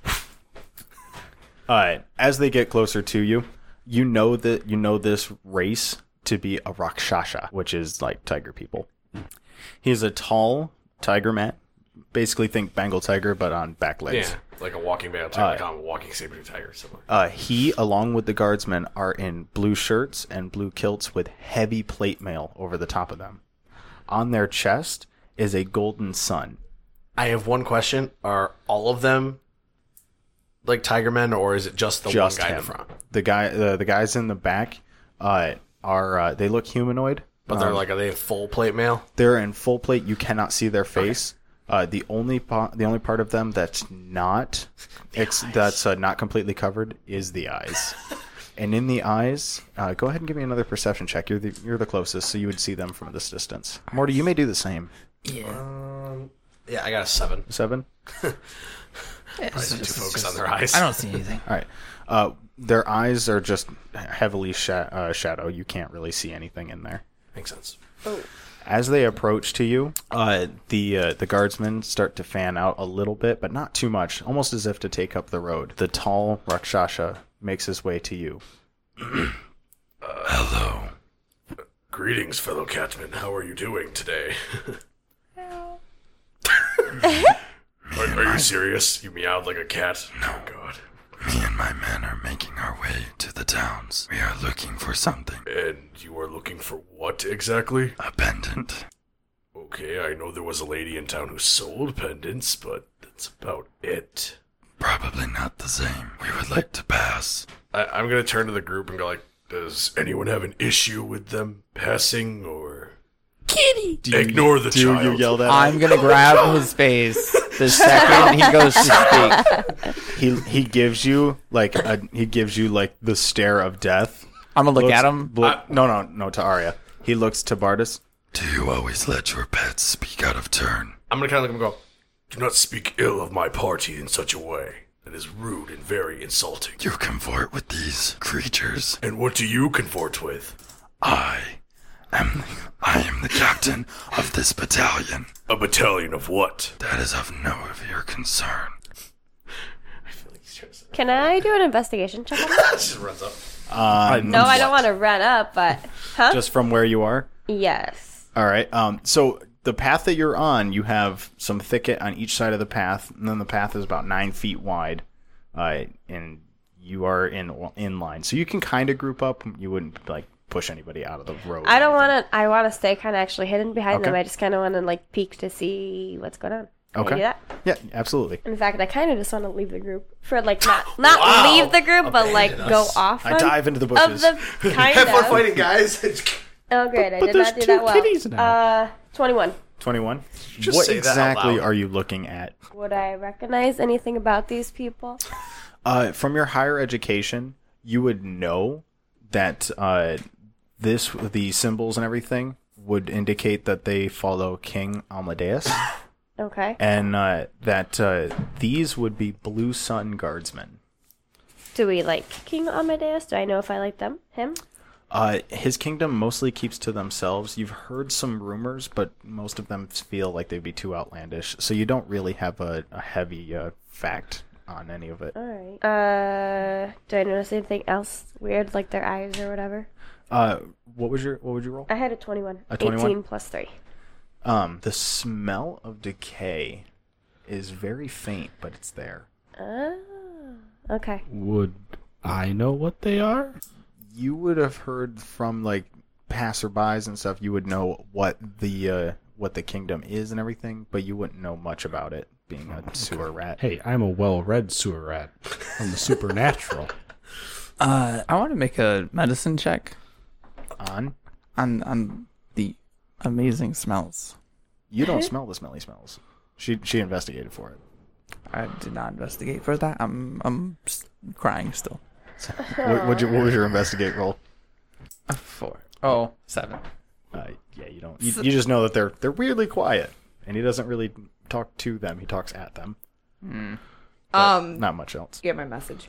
All right. As they get closer to you, you know that you know this race to be a Rakshasa, which is like tiger people. He's a tall tiger man. Basically, think Bengal tiger, but on back legs.
Yeah, like a walking bear, tiger, like a walking saber tiger, similar.
Uh, he, along with the guardsmen, are in blue shirts and blue kilts with heavy plate mail over the top of them. On their chest is a golden sun.
I have one question: Are all of them like tiger men, or is it just the
just
one guy
him.
in the front?
The guy, the, the guys in the back, uh, are uh, they look humanoid?
But they're like, are they in full plate mail?
They're in full plate. You cannot see their face. Uh, the only po- the only part of them that's not ex- that's uh, not completely covered is the eyes. and in the eyes, uh, go ahead and give me another perception check. You're the you're the closest, so you would see them from this distance. Morty, you may do the same.
Yeah, I got a seven.
Seven.
Too focused on their eyes.
I don't see anything.
All right. Uh, their eyes are just heavily sha- uh, shadow. You can't really see anything in there.
Makes sense.
As they approach to you, uh, the uh, the guardsmen start to fan out a little bit, but not too much, almost as if to take up the road. The tall Rakshasha makes his way to you.
Greetings, fellow catman. How are you doing today? Are, are you serious? You meowed like a cat. Oh god.
Me and my men are making our way to the towns. We are looking for something.
And you are looking for what exactly?
A pendant.
Okay, I know there was a lady in town who sold pendants, but that's about it.
Probably not the same. We would like to pass.
I, I'm gonna turn to the group and go like, does anyone have an issue with them passing or kitty? Ignore the
Do
child.
you yell that?
I'm gonna grab his face the second he goes to speak.
He he gives you like a he gives you like the stare of death.
I'm gonna look
Looks-
at him.
Look, no, no, no. To Arya, he looks to Bardis.
Do you always let your pets speak out of turn?
I'm gonna kind of look and go. Do not speak ill of my party in such a way. That is rude and very insulting.
You convert with these creatures.
And what do you convert with?
I am I am the captain of this battalion.
A battalion of what?
That is of no of your concern.
Can I do an investigation check on that?
She runs up.
No, I don't want to run up, but huh?
Um, Just from where you are.
yes.
All right. Um. So the path that you're on, you have some thicket on each side of the path, and then the path is about nine feet wide, uh, and you are in in line, so you can kind of group up. You wouldn't like push anybody out of the road.
I don't want to. I want to stay kind of actually hidden behind them.
Okay.
I just kind of want to like peek to see what's going on. Can I
Okay.
do that?
Yeah, absolutely.
In fact, I kind of just want to leave the group for like not not
Wow.
leave the group, but like go off.
I
on-
dive into the bushes.
Of the kind
Have fun
of.
fighting, guys.
Oh, great! I
but
did
there's
not do
two
that well.
kitties now.
Uh, twenty-one.
Twenty-one.
Just
what
say that out
exactly
loud.
are you looking at?
Would I recognize anything about these people?
Uh, from your higher education, you would know that uh, this the symbols and everything would indicate that they follow King Amadeus,
Okay.
and uh, that uh, these would be Blue Sun Guardsmen.
Do we like King Amadeus? Do I know if I like them? Him?
Uh, his kingdom mostly keeps to themselves. You've heard some rumors, but most of them feel like they'd be too outlandish, so you don't really have a, a heavy uh, fact on any of it.
All right. Uh, do I notice anything else weird, like their eyes or whatever?
Uh, what was your what would you roll?
I had a 21.
A 21?
18 plus 3.
Um, the smell of decay is very faint, but it's there.
Oh, okay.
Would I know what they are?
You would have heard from like passerbys and stuff. You would know what the uh, what the kingdom is and everything, but you wouldn't know much about it being a sewer rat.
Hey, I'm a well-read sewer rat. I'm the supernatural.
Uh, I want to make a medicine check
On
on on the amazing smells.
you don't smell the smelly smells. She she investigated for it.
I did not investigate for that. I'm I'm s- crying still.
What what'd you, what was your investigate roll?
Four. Oh, seven.
Uh, yeah, you don't. You, you just know that they're they're weirdly quiet, and he doesn't really talk to them. He talks at them.
Hmm. Um,
Not much else.
get my message.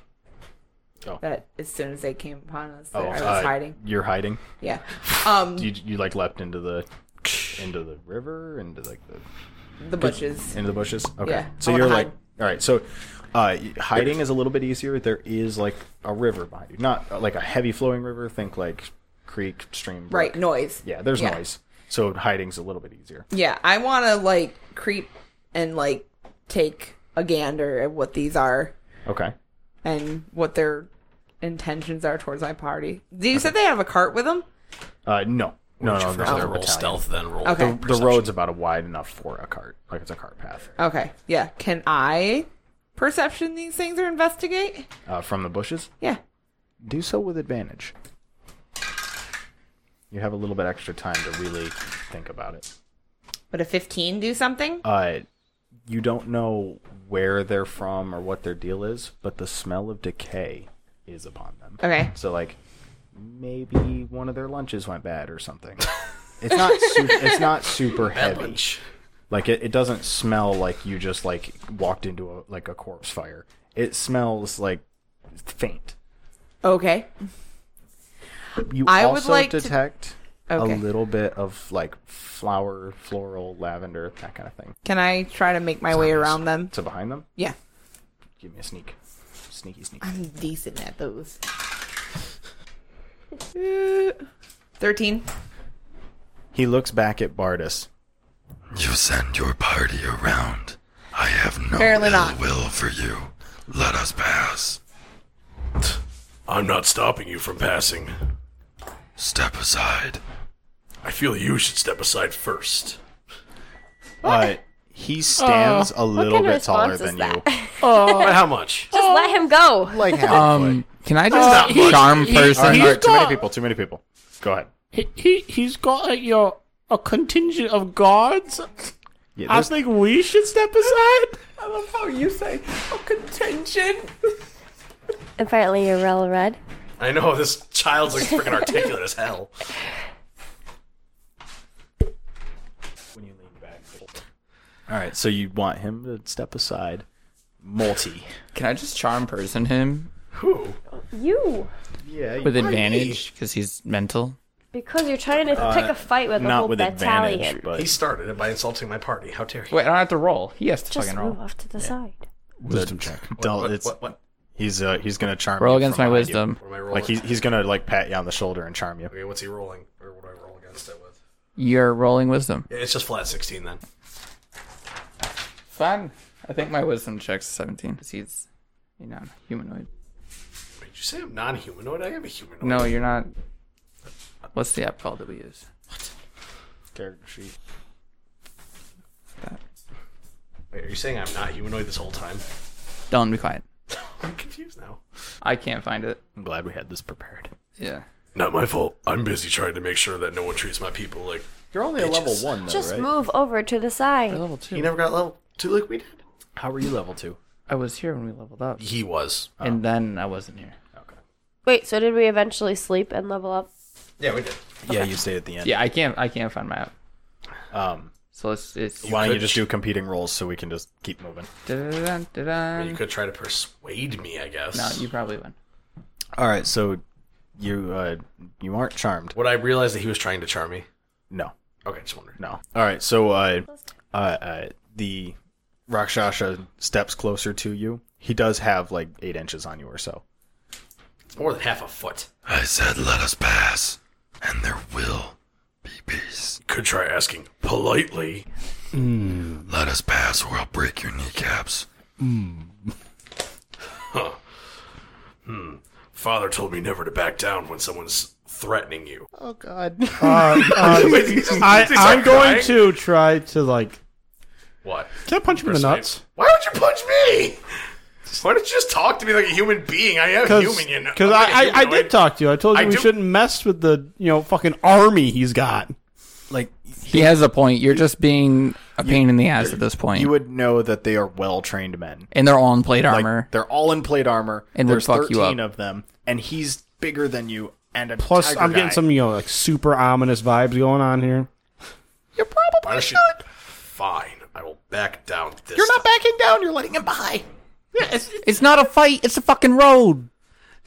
Oh.
That as soon as they came upon us, that I was
uh,
hiding.
You're hiding.
Yeah. Um,
you, you like leapt into the into the river into like the
the bushes.
into the bushes okay
Yeah,
so
I wanna
you're
hide.
like all right so uh, y- hiding is a little bit easier there is like a river behind you not uh, like a heavy flowing river think like creek stream brook.
Right, noise.
yeah there's
Yeah.
noise so hiding's a little bit easier
Yeah, I want to like creep and like take a gander at what these are
okay
and what their intentions are towards my party. Do you said they have a cart with them?
uh no no no, no,
First, I
no
roll stealth, then roll.
Okay.
the road's about a wide enough for a cart like it's a cart path
Okay. Yeah. Can I perception these things or investigate?
uh, from the bushes
Yeah.
do so with advantage you have a little bit extra time to really think about it
Would a 15 do something?
uh, you don't know where they're from or what their deal is, but the smell of decay is upon them.
Okay.
So like maybe one of their lunches went bad or something. It's not su- it's not super heavy. Like it, it doesn't smell like you just like walked into a like a corpse fire. It smells like faint.
Okay.
You
I would
also
like to-
detect
Okay.
a little bit of like flower, floral, lavender, that kind of thing.
Can I try to make my way around them?
So behind them,
Yeah.
give me a sneak. Sneaky sneak.
I'm decent at those. Uh, 13.
He looks back at Bardis.
You send your party around I have no
Apparently
ill
not.
will for you. Let us pass.
I'm not stopping you from passing.
Step aside.
I feel you should step aside first.
Uh, he stands a little
kind of
bit taller
response is
than you.
By Oh, how much?
Just let him go.
Like half
Um, can I
not
just
much.
charm person?
All right, all right, too many
got-
people. Too many people. Go ahead.
He, he he's got like your a contingent of guards.
Yeah,
I
there's-
think we should step aside.
I love how you say oh, contention.
Apparently, you're well read.
I know this child's like freaking articulate as hell.
all right. So you want him to step aside, multi?
Can I just charm person him
Who?
You,
Yeah.
with advantage because he's mental?
because you're trying to pick a fight with a
Uh, Not
whole
with
battalion.
advantage, but
He started it by insulting my party. How dare you?
Wait, I don't have to roll. He has to
Just
fucking roll.
move off to the side.
wisdom check. Del-
What,
it's,
what, what?
He's uh, he's gonna charm.
Roll
you
against
from
my
behind you.
wisdom.
What am I rolling?
Like he's he's gonna like pat you on the shoulder and charm you.
okay, what's he rolling? Or what do I roll against it with?
You're rolling wisdom.
Yeah, it's just flat 16 then.
Fine. I think my wisdom check's 17 because he's, you know, humanoid.
Did you say I'm non-humanoid? I am a humanoid.
No, you're not. What's the app called that we use?
Character sheet.
Wait, are you saying I'm not humanoid this whole time?
Don't be quiet.
I'm confused now.
I can't find it.
I'm glad we had this prepared.
Yeah.
Not my fault. I'm busy trying to make sure that no one treats my people like.
You're only a level
Bitches.
one though,
Just
right? Oh.
move over to the side.
Level two.
He never got level two like we did.
How are you level two?
I was here when we leveled up,
He was.
and then I wasn't here.
Wait, so did we eventually sleep and level up?
Yeah, we did.
Yeah, you stayed at the end.
Yeah, I can't. I can't find my app.
Um,
So let's. It's.
why don't you
could-
just do competing roles so we can just keep moving?
Dun, dun,
You
dun.
could try to persuade me, I guess.
No, Um, you probably win.
All right. So you uh, you aren't charmed.
Would I realize that he was trying to charm me?
No.
Okay, just wondering.
No. All right. So uh, uh, uh, the Rakshasha steps closer to you. He does have like eight inches on you or so.
It's more than half a foot.
I said, let us pass, and there will be peace.
Could try asking politely.
Let us pass, or I'll break your kneecaps.
Father told me never to back down when someone's threatening you.
Oh God.
Uh, um, I, I'm going to try to like.
What?
Can I punch him in the nuts?
Why would you punch me? Why don't you just talk to me like a human being? I am human, you know.
Because
I'm not
I,
a
I, I
humanoid.
did talk to you. I told you
I
we
do-
shouldn't mess with the you know fucking army he's got.
like
He has a point. You're just being a pain in the ass at this point.
you would know that they are well trained men.
and they're all in plate armor.
Like they're all in plate armor.
And would
there's
fuck you up.
thirteen of them, and he's bigger than you. And a
Plus,
tiger
I'm getting
guy.
some you know like super ominous vibes going on here.
Why don't you? Fine, I will back down. This You're
backing down. You're letting him by.
it's not a fight. It's a fucking road.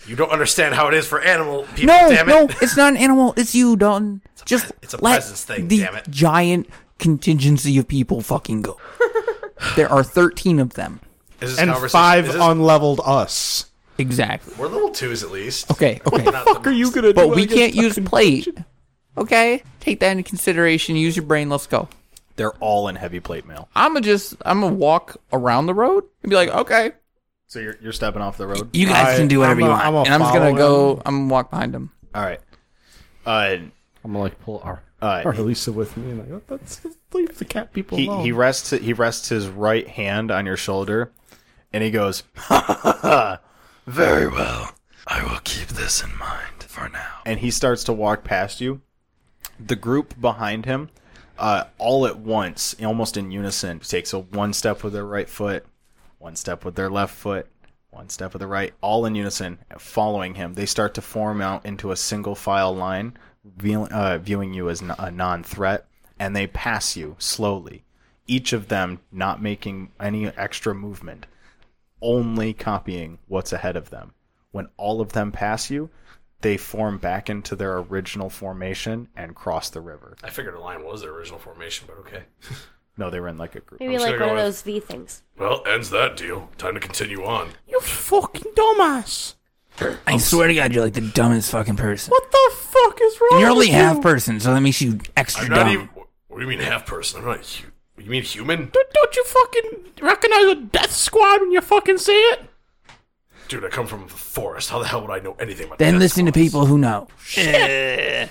You don't understand how it is for animal people.
No,
damn it.
no, it's not an animal. It's you, Don. Just
it's a
let
presence thing,
the
damn it.
giant contingency of people fucking go. there are thirteen of them.
Is this
And
conversation-
five
is this-
unleveled us.
Exactly.
We're level twos at least.
Okay. Okay.
Not
Fuck, are you gonna?
But
do
we
against
can't use
fucking-
plate. Okay, take that into consideration. Use your brain. Let's go.
They're all in heavy plate mail.
I'm gonna just I'm gonna walk around the road and be like, okay,
So you're, you're stepping off the road.
you guys
I-
can do whatever you
I'm a-
want.
I'm a
and I'm just gonna
follow
go. I'm gonna walk behind him.
All right. Uh,
I'm gonna like pull our
uh,
our Lisa with me and like oh, let's let's leave the cat people
he,
alone.
he rests he rests his right hand on your shoulder, and he goes,
Very well. I will keep this in mind for now.
and he starts to walk past you. The group behind him, uh, all at once, almost in unison, takes a one step with their right foot, one step with their left foot, one step with the right, all in unison, following him. They start to form out into a single file line, view, uh, viewing you as n- a non threat, and they pass you slowly, each of them not making any extra movement only copying what's ahead of them. When all of them pass you, they form back into their original formation and cross the river.
I figured a line was the original formation, but okay.
No, they were in like a group.
Maybe
just
like
gonna
one
go
of
with-
those V things.
Well, ends that deal. Time to continue on.
you fucking dumbass.
I swear to God, you're like the dumbest fucking person.
What the fuck is wrong?
You're only
with you?
half person, so that makes you extra
I'm not
dumb.
even. What do you mean half person? I'm not huge. You mean human?
Don't you fucking recognize a death squad when you fucking see it?
Dude, I come from the forest. How the hell would I know anything about
Then
death
listen to
squads?
people who know.
I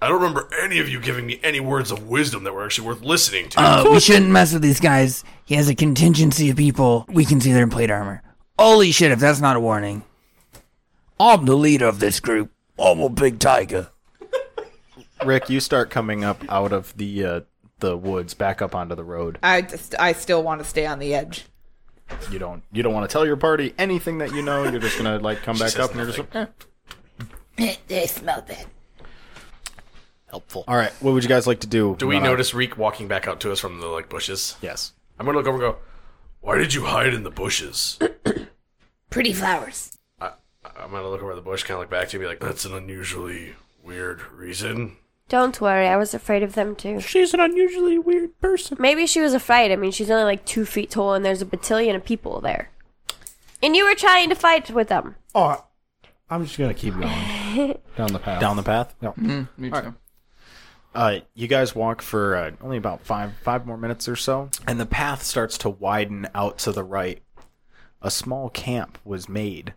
don't remember any of you giving me any words of wisdom that were actually worth listening to.
Uh, we shouldn't mess with these guys. He has a contingency of people we consider in plate armor. Holy shit, if that's not a warning. I'm the leader of this group. I'm a big tiger.
Rick, you start coming up out of the uh, the woods, back up onto the road.
I just, I still want to stay on the edge.
You don't you don't want to tell your party anything that you know. You're just gonna like come back
says
up and you're just like,
nothing.
eh.
They smell bad.
Helpful.
all right. What would you guys like to do?
Do we
Uh,
notice Reek walking back out to us from the like bushes?
Yes.
I'm gonna look over and go. Why did you hide in the bushes?
Pretty flowers.
I, I'm gonna look over the bush, kind of look back to you, and be like, "That's an unusually weird reason."
Don't worry, I was afraid of them too.
She's an unusually weird person.
Maybe she was afraid. I mean, she's only like two feet tall, and there's a battalion of people there. And you were trying to fight with them.
Oh, I'm just gonna keep going down the path.
Down the path.
No.
Mm, Me too.
Uh, you guys walk for uh, only about five five more minutes or so, and the path starts to widen out to the right. A small camp was made.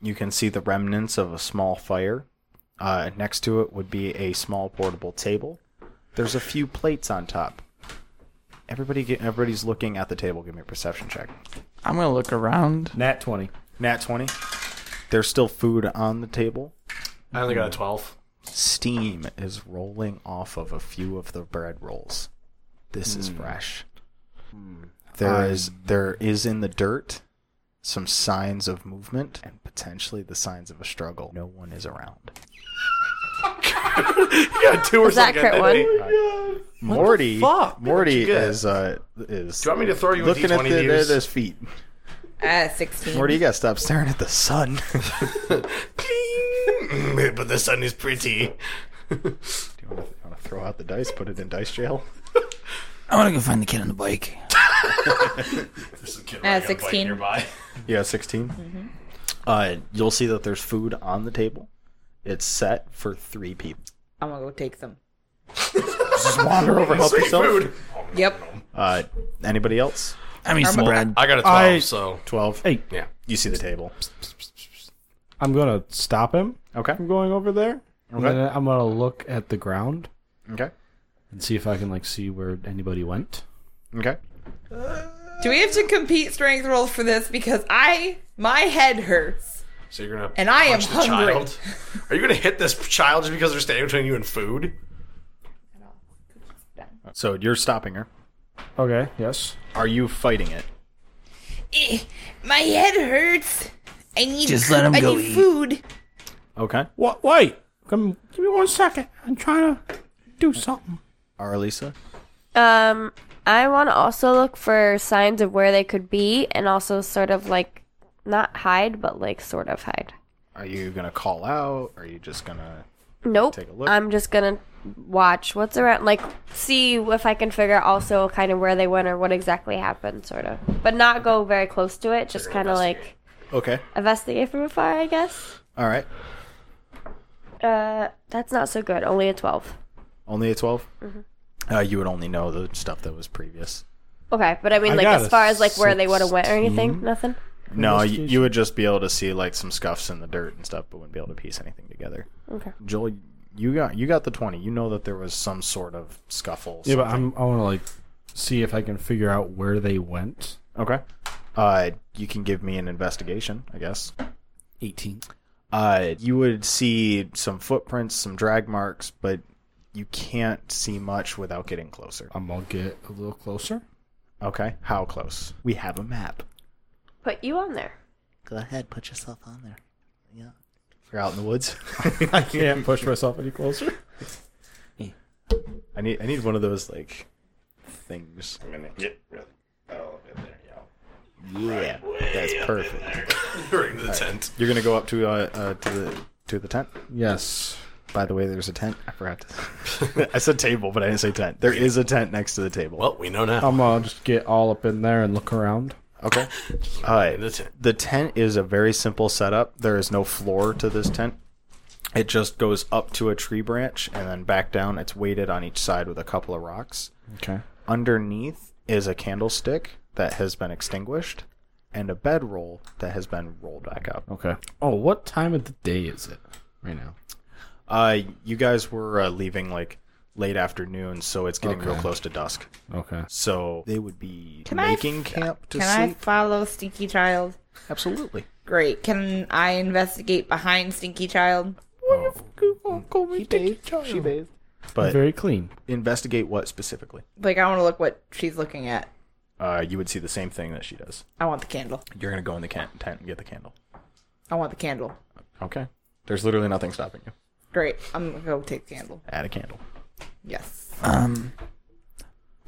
You can see the remnants of a small fire. Uh, next to it would be a small portable table. There's a few plates on top. Everybody, get, everybody's looking at the table. Give me a perception check.
I'm gonna look around.
Nat twenty.
Nat twenty. There's still food on the table.
I only got a twelve.
Steam is rolling off of a few of the bread rolls. This
Hmm.
is fresh. There is there is in the dirt some signs of movement and potentially the signs of a struggle. No one is around.
Yeah, two or
Was that
something.
crit one?
Do you
Morty
fuck?
Morty
What'd you get?
is uh is
want me to throw you
looking
a
at
d20
the,
to use?
at his feet.
Uh, 16.
Morty, you gotta stop staring at the sun.
Mm, but the sun is pretty.
you wanna, you wanna throw out the dice, put it in dice jail?
I want to go find the kid on the bike.
There's a kid
Uh,
riding a bike
16.
nearby.
Yeah, 16.
Mm-hmm.
Uh, you'll see that there's food on the table. It's set for three people.
I'm going to go take some.
Just wander over, help yourself.
Food.
Yep.
Uh, anybody else?
I mean, some bread.
I got a twelve,
I-
so
12.
Hey,
yeah.
You see the table.
I'm gonna stop him
Okay.
from going over there. And
Okay.
then I'm gonna look at the ground
Okay.
and see if I can like see where anybody went.
Okay.
Do we have to compete strength rolls for this? Because I, my head hurts.
So you're gonna
And I am
punch the
hungry.
child. Are you gonna hit this child just because they're standing between you and food?
So you're stopping her.
Okay. Yes.
Are you fighting it?
Eh, My head hurts. I need,
Just let 'em I go need eat.
food.
Okay.
What? Wait. Come, give me one second. I'm trying to do something.
Arlisa?
Um, I want to also look for signs of where they could be, and also sort of like not hide, but like sort of hide.
Are you going to call out? Are you just going to.
Nope.
Take a look.
I'm just gonna watch what's around, like see if I can figure out also kind of where they went or what exactly happened, sort of. But not go very close to it. Just kind of like
Okay.
investigate from afar, I guess.
All right.
Uh, that's not so good. Only a twelve.
Only a 12?
Mm-hmm.
Uh, you would only know the stuff that was previous.
Okay, but I mean,
I
like
got
as
a
far as like where they would have went or
16.
anything, nothing.
No, you,
Investigation?
you would just be able to see like some scuffs in the dirt and stuff, but wouldn't be able to piece anything together.
Okay.
Joel, you got you got the twenty. You know that there was some sort of scuffle.
Yeah, but I'm. I want to like see if I can figure out where they went.
okay. Uh, you can give me an investigation, I guess.
Eighteen.
Uh, you would see some footprints, some drag marks, but you can't see much without getting closer.
I'm gonna Um, get a little closer.
Okay, how close? We have a map.
Put you on there.
Go ahead, put yourself on there.
You're out in the woods.
I can't push myself any closer.
I need I need one of those like things. I'm gonna get really oh, there. Yeah, that's perfect.
During the tent.
You're gonna go up to uh, uh to the to the tent.
Yes.
By the way, there's a tent. I forgot. To... I said table, but I didn't say tent. There is a tent next to the table.
Well, we know now.
I'm gonna just get all up in there and look around.
okay. All right.
The tent.
The tent is a very simple setup. There is no floor to this tent. It just goes up to a tree branch and then back down. It's weighted on each side with a couple of rocks.
Okay.
Underneath is a candlestick that has been extinguished and a bedroll that has been rolled back up.
Okay. Oh, what time of the day is it right now?
Uh, you guys were uh, leaving like late afternoon, so it's getting real close to dusk.
Okay.
So they would be
Can I
making
f-
camp to
Can I
sleep.
follow Stinky Child?
Absolutely.
Great. Can I investigate behind Stinky Child?
She bathed.
But
Very clean.
investigate what specifically?
Like, I want to look what she's looking at.
Uh, you would see the same thing that she does.
I want the candle.
You're gonna go in the can- tent and get the candle.
I want the candle.
Okay. There's literally nothing stopping you.
Great. I'm going to go take the candle.
Add a candle.
Yes.
Um,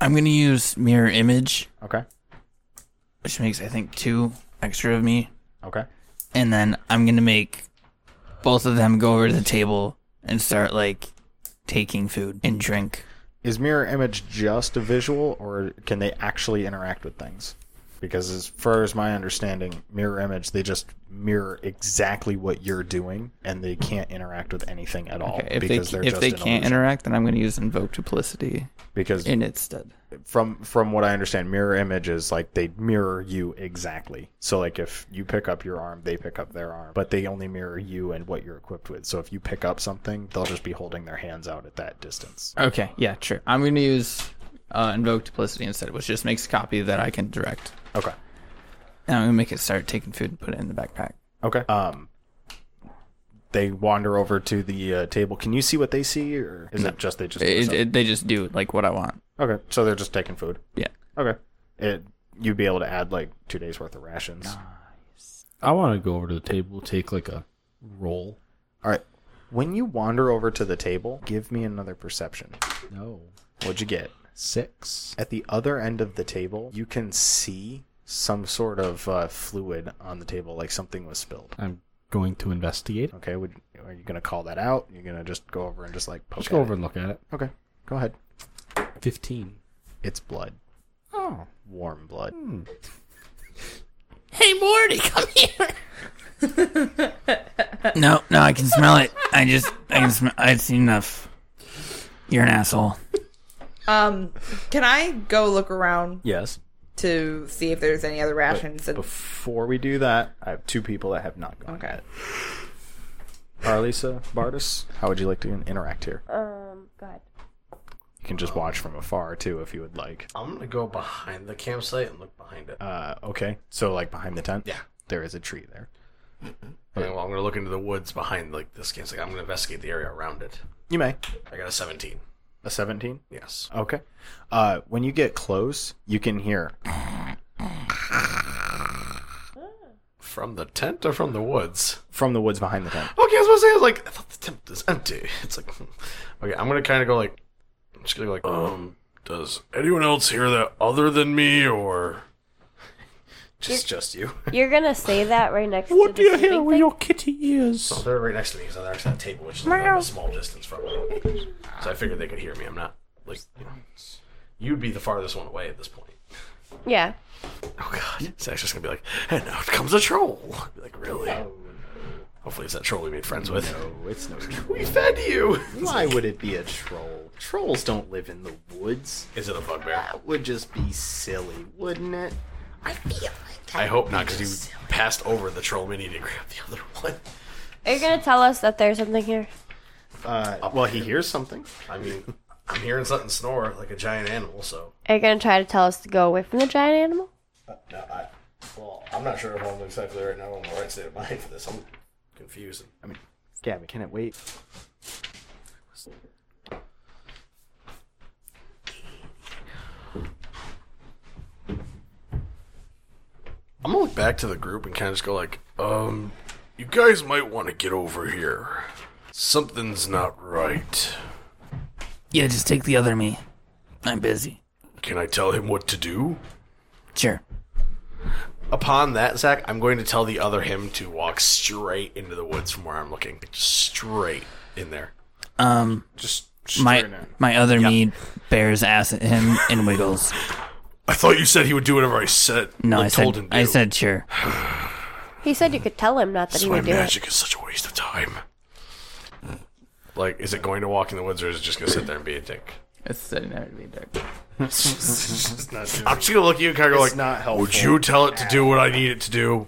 I'm gonna use mirror image,
Okay.
which makes I think two extra of me,
Okay.
and then I'm gonna make both of them go over to the table and start like taking food and drink.
Is mirror image just a visual, or can they actually interact with things? Because as far as my understanding, mirror image they just mirror exactly what you're doing, and they can't interact with anything at all
If
because
they
are
if
just
they
an
can't
illusion.
interact, then I'm going to use invoke duplicity
because
in its stead.
from from what I understand, mirror image is like they mirror you exactly. So like if you pick up your arm, they pick up their arm, but they only mirror you and what you're equipped with. So if you pick up something, they'll just be holding their hands out at that distance.
Okay, yeah, sure. I'm going to use uh, invoke duplicity instead, which just makes a copy that I can direct.
Okay.
And I'm gonna make it start taking food and put it in the backpack.
Okay. Um, they wander over to the uh, table. Can you see what they see, or is it just they just?
It, it, they just do like what I want.
okay, so they're just taking food.
Yeah.
Okay. It you'd be able to add like two days worth of rations.
I want to go over to the table, take like a roll.
All right. When you wander over to the table, give me another perception.
No.
What'd you get?
Six.
At the other end of the table, you can see some sort of uh, fluid on the table, like something was spilled.
I'm going to investigate.
Okay, would are you gonna call that out? You're gonna just go over and just like poke
Just
at
go over
it?
and look at it.
Okay, go ahead.
15.
It's blood,
Oh. Hmm.
warm blood.
Hey Morty, come here. no, no, I can smell it. I just, I can smell. I've seen enough. You're an asshole.
Um, can I go look around
Yes.
to see if there's any other rations? And
Before we do that, I have two people that have not gone
Okay.
yet. Arlisa, Bardis, how would you like to interact here?
Um, go ahead.
You can just watch from afar too, if you would like.
I'm gonna go behind the campsite and look behind it.
Uh, okay, so like behind the tent.
Yeah.
there is a tree there.
Okay, well, I'm gonna look into the woods behind like this campsite. I'm gonna investigate the area around it.
You may
I got a 17.
a seventeen.
Yes.
Okay. Uh, when you get close, you can hear.
From the tent or from the woods?
from the woods behind the tent.
Okay, I was about to say, I was like, I thought the tent was empty. It's like, hmm. okay, I'm gonna kind of go like, I'm just gonna go like, um, does anyone else hear that other than me or just just you?
You're gonna say that right next
What do
to the
you hear
sleeping
with
thing?
your kitty ears?
They're right next to me, so they're next to that table, which is like, a small distance from me. So I figured they could hear me. I'm not like, you know, you'd be the farthest one away at this point.
Yeah.
Oh god, it's actually just gonna be like, and out comes a troll. I'll be like, really? Hopefully, it's that troll we made friends with.
No, it's no
We fed you.
Why would it be a troll? Trolls don't live in the woods.
Is it a bugbear?
That would just be silly, wouldn't it?
I hope not, because you passed over the troll mini to grab the other one.
Are you gonna tell us that there's something here?
Uh, well, he hears something.
I mean, I'm hearing something snore like a giant animal, so.
Are you gonna try to tell us to go away from the giant animal?
No, I, well, I'm not sure if I'm exactly right now in the right state of mind for this. I'm confused.
I mean, Gabby, can it wait?
I'm gonna look back to the group and kind of just go like, um, you guys might want to get over here. Something's not right.
Yeah, just take the other me. I'm busy.
Can I tell him what to do?
Sure.
Upon that, Zach, I'm going to tell the other him to walk straight into the woods from where I'm looking. Straight in there.
Um,
Just
my my other me bears ass at him and wiggles.
I thought you said he would do whatever I said.
No,
like,
I said
told him to
I
do.
said sure.
He said you could tell him not that
That's
he
why
would do it.
magic is such a waste of time. Like, is it going to walk in the woods or is it just going to sit there and be a dick?
It's sitting there to be a dick.
I'm just gonna look at you and kind of go
It's
like,
not helpful.
"Would you tell it to do what I need it to do?"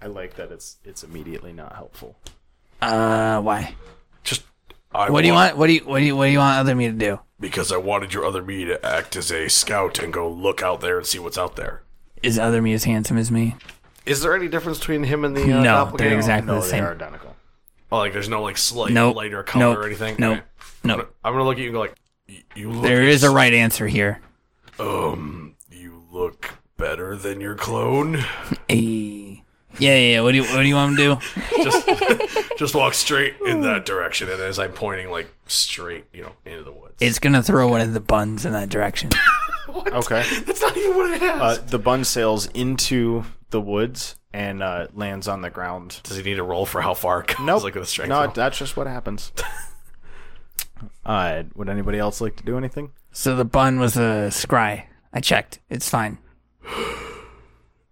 I like that it's it's immediately not helpful.
Uh, why?
Just I
What do you want? What do you what do you what do you want other me to do?
Because I wanted your other me to act as a scout and go look out there and see what's out there.
Is other me as handsome as me?
Is there any difference between him and the uh,
No, they're exactly
No,
the
they
same.
are identical.
Oh, like there's no like slight
Nope.
lighter color
Nope.
or anything.
Nope.
Okay.
No,
I'm gonna- I'm gonna look at you and go like, "Y- "You look
there is a right answer here.
you look better than your clone."
Hey. Yeah, yeah, yeah. What do you what do you want me to do?
Just walk straight in that direction, and as I'm pointing like straight, you know, into the woods.
It's gonna throw one of the buns in that direction.
Okay.
That's not even what it has.
Uh, the bun sails into the woods and uh, lands on the ground.
Does he need a roll for how far? it goes?
Nope.
like with a strength.
No,
roll?
that's just what happens. uh, would anybody else like to do anything?
So the bun was a scry. I checked. It's fine.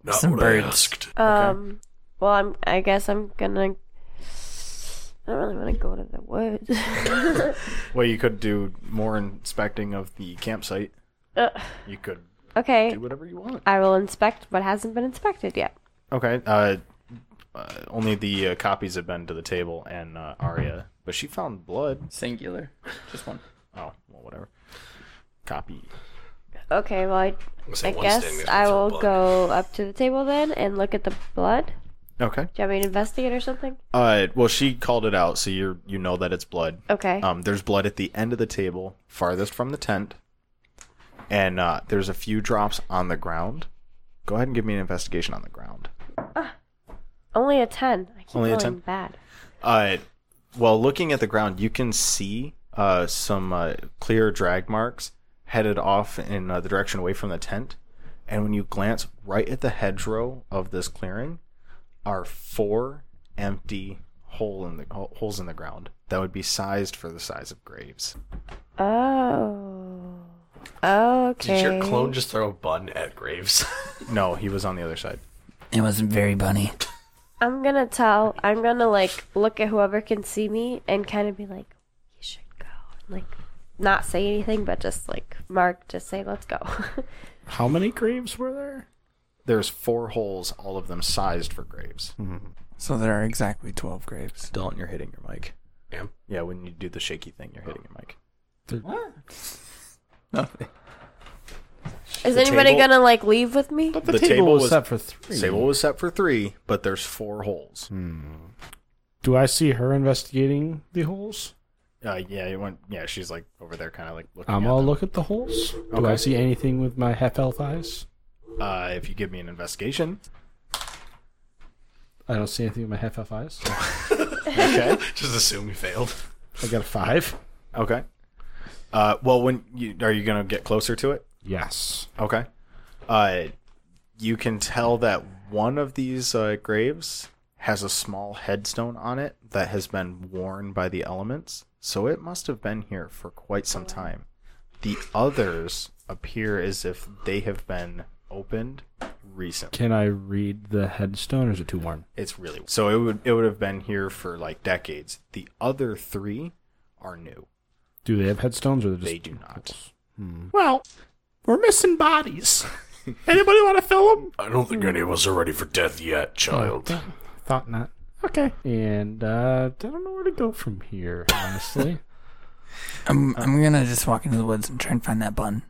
Not
some
what
birds.
I asked.
Um, well, I'm, I guess I'm gonna. I don't really want to go to the woods.
Well, you could do more inspecting of the campsite. you could
okay,
do whatever you want.
I will inspect what hasn't been inspected yet.
Okay. Uh, uh, only the uh, copies have been to the table and uh, Arya, but she found blood.
Singular. Just one.
Oh, well, whatever. Copy.
Okay, well, I,
I'm gonna say
I
one standing
guess
is
I
one
will
bug.
go up to the table then and look at the blood.
Okay.
Do you want me to investigate or something?
Uh, well, she called it out, so you you know that it's blood.
Okay.
Um, there's blood at the end of the table, farthest from the tent, and uh, there's a few drops on the ground. Go ahead and give me an investigation on the ground.
Only a 10. I keep
Only
Only
a 10?
rolling bad.
Uh, well, looking at the ground, you can see uh, some uh, clear drag marks headed off in uh, the direction away from the tent. And when you glance right at the hedgerow of this clearing, are four empty hole in the ho- holes in the ground that would be sized for the size of graves.
Oh.
Did
Okay.
your clone just throw a bun at Graves?
No, he was on the other side.
It wasn't very bunny.
I'm gonna tell. I'm gonna like look at whoever can see me and kind of be like, "You should go," and, like not say anything, but just like mark, just say, "Let's go."
How many graves were there?
There's four holes, all of them sized for graves.
So there are exactly 12 graves.
Mm. Dalton, you're hitting your mic.
Am?
Yeah, when you do the shaky thing, you're hitting your mic.
Nothing.
Is anybody
table-
gonna like leave with me?
But the,
The
table,
table
was
was-
set for three.
Sable was set for three, but there's four holes. Hmm.
Do I see her investigating the holes?
Uh, yeah, it went. Yeah, she's like over there, kind of like looking.
I'm
at
all
them.
look at the holes. Do
Okay.
I see anything with my half elf eyes?
Uh, if you give me an investigation,
I don't see anything with my half elf eyes.
okay,
just assume you failed.
I got a five.
okay. Uh, well, when you are you gonna get closer to it?
Yes.
Okay. Uh, you can tell that one of these uh, graves has a small headstone on it that has been worn by the elements, so it must have been here for quite some time. The others appear as if they have been opened recently.
Can I read the headstone or is it too warm?
It's really so it would it would have been here for like decades. The other three are new.
Do they have headstones or they're just Hmm.
They do not.
Well, we're missing bodies. Anybody want to fill them?
I don't think any of us are ready for death yet, child.
Thought not. Okay. And uh, I don't know where to go from here, honestly.
I'm I'm gonna just walk into the woods and try and find that bun.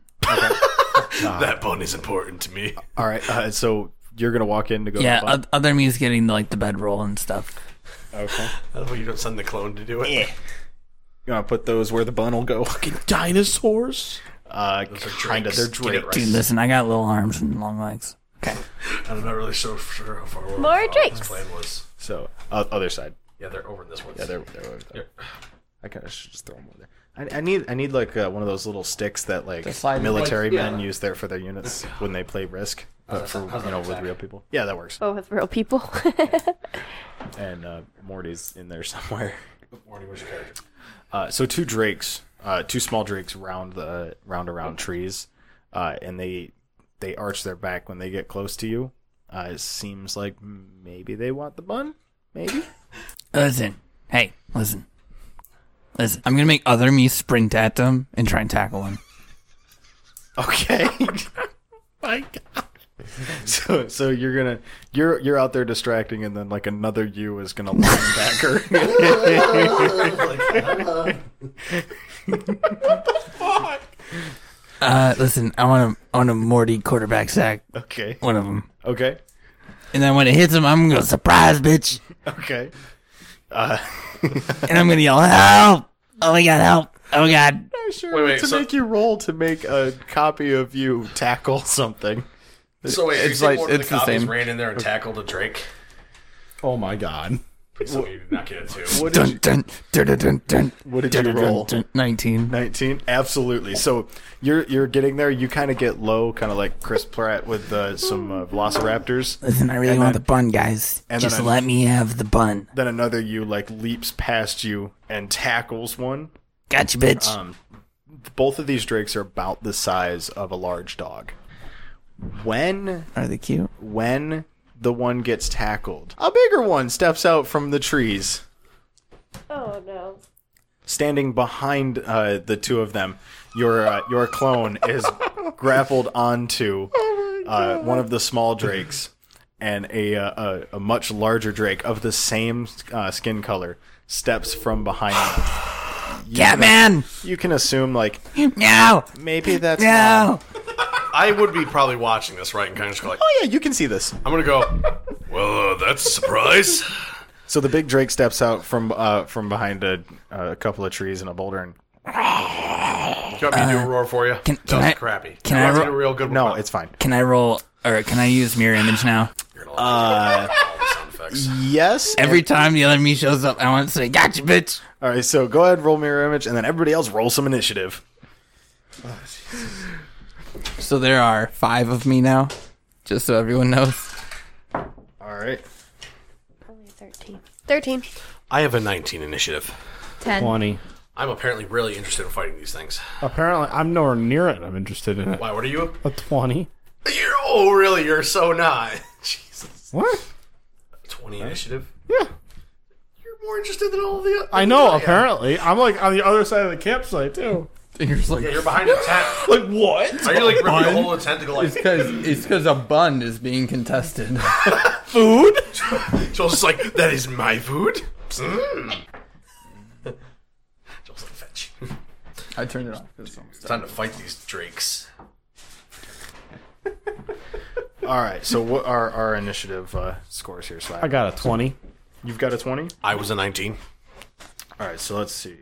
that bun is important to me.
All right, uh, so you're gonna walk in to go.
yeah,
to the
oth- other me's getting like the bedroll and stuff.
bun? okay.
That's why you don't send the clone to do it.
You want to put those where the bun will go?
Dinosaurs?
Uh, kind of. They're draped.
Dude, listen, I got little arms and long legs. Okay.
I'm not really so sure how far we're
More
how
drinks.
This plan was.
So uh, other side.
Yeah, they're over in this one.
Yeah, they're, they're over there. I kind of should just throw them over there. I, I need I need like uh, one of those little sticks that like
slide
military
like- yeah.
men use there for their units when they play Risk, but for you know with real people. Yeah, that works.
Oh, with real people.
And uh, Morty's in there somewhere.
Morty, where's your character?
Uh, so two drakes, uh, two small drakes, round the round around trees, uh, and they they arch their back when they get close to you. Uh, it seems like maybe they want the bun. Maybe.
Listen. Hey, listen. Listen. I'm gonna make other me sprint at them and try and tackle them.
Okay.
My God.
so so you're gonna you're you're out there distracting, and then like another you is gonna linebacker.
Uh, listen, I want to, I want to Morty quarterback sack
okay.
one of them,
Okay.
and then when it hits him, I'm gonna surprise bitch,
Okay.
Uh, and I'm gonna yell help! Oh my god, help! Oh my god!
Sure.
Wait, wait,
to
so-
make you roll to make a copy of you tackle something.
So wait,
It's
you think
like-
one of
it's
the,
the
copies
same.
ran in there and tackled a Drake.
Oh my god.
Please tell me you did not get it too.
What did
Dun dun dun dun dun dun.
What did you
dun, dun,
roll?
dun, dun. Nineteen.
19 absolutely so you're you're getting there you kind of get low kind of like chris pratt with uh, some uh, velociraptors
Listen, I really
And
want
then-
the bun, guys.
and
Just
then I-
let me have the bun.
then another you like leaps past you and tackles one
Gotcha, bitch.
um both of these drakes are about the size of a large dog when
Are they cute?
when the one gets tackled a bigger one steps out from the trees
Oh no.
standing behind uh, the two of them, your uh, your clone is grappled onto uh, one of the small drakes, and a, uh, a a much larger drake of the same uh, skin color steps from behind. Them.
Yeah, man.
You can assume like
No,
maybe that's
no.
I would be probably watching this right and kind of just go like,
Oh yeah, you can see this.
I'm gonna go. Well, uh, that's a surprise.
So the big drake steps out from uh, from behind a, a couple of trees and a boulder, and
You want me to do a roar for you?
can-
that
can
was
I-
crappy.
can
you
I
want to
roar-
do a real good one?
no, it's fine.
Can I roll or can I use mirror image now?
Uh, sound effects.
Yes.
Every time the other me shows up, I want to say, "Gotcha, bitch."
All right. So go ahead, roll mirror image, and then everybody else roll some initiative.
So there are five of me now, just so everyone knows.
All right.
Only 13. 13.
I have a 19 initiative.
Ten.
Twenty.
I'm apparently really interested in fighting these things.
Apparently, I'm nowhere near it. I'm interested in it.
Why? What are you?
A twenty.
You're, oh, really? You're so not. Jesus.
What?
20 initiative.
Yeah.
You're more interested than all the. Other,
I know.
am.
Apparently, I'm like on the other side of the campsite too.
And you're just like,
Yeah, you're behind a tent.
Like what?
Are you like ripping a hole in a tent to go like?
because it's because a bun is being contested.
Food?
Joel's just like, that is my food. Mm. Joel's like, fetch.
I turned it off. It was almost
Time to fight these drakes.
All right. So what are our initiative uh, scores here, Slack?
I got a twenty.
You've got a twenty.
I was a 19.
All right. So let's see.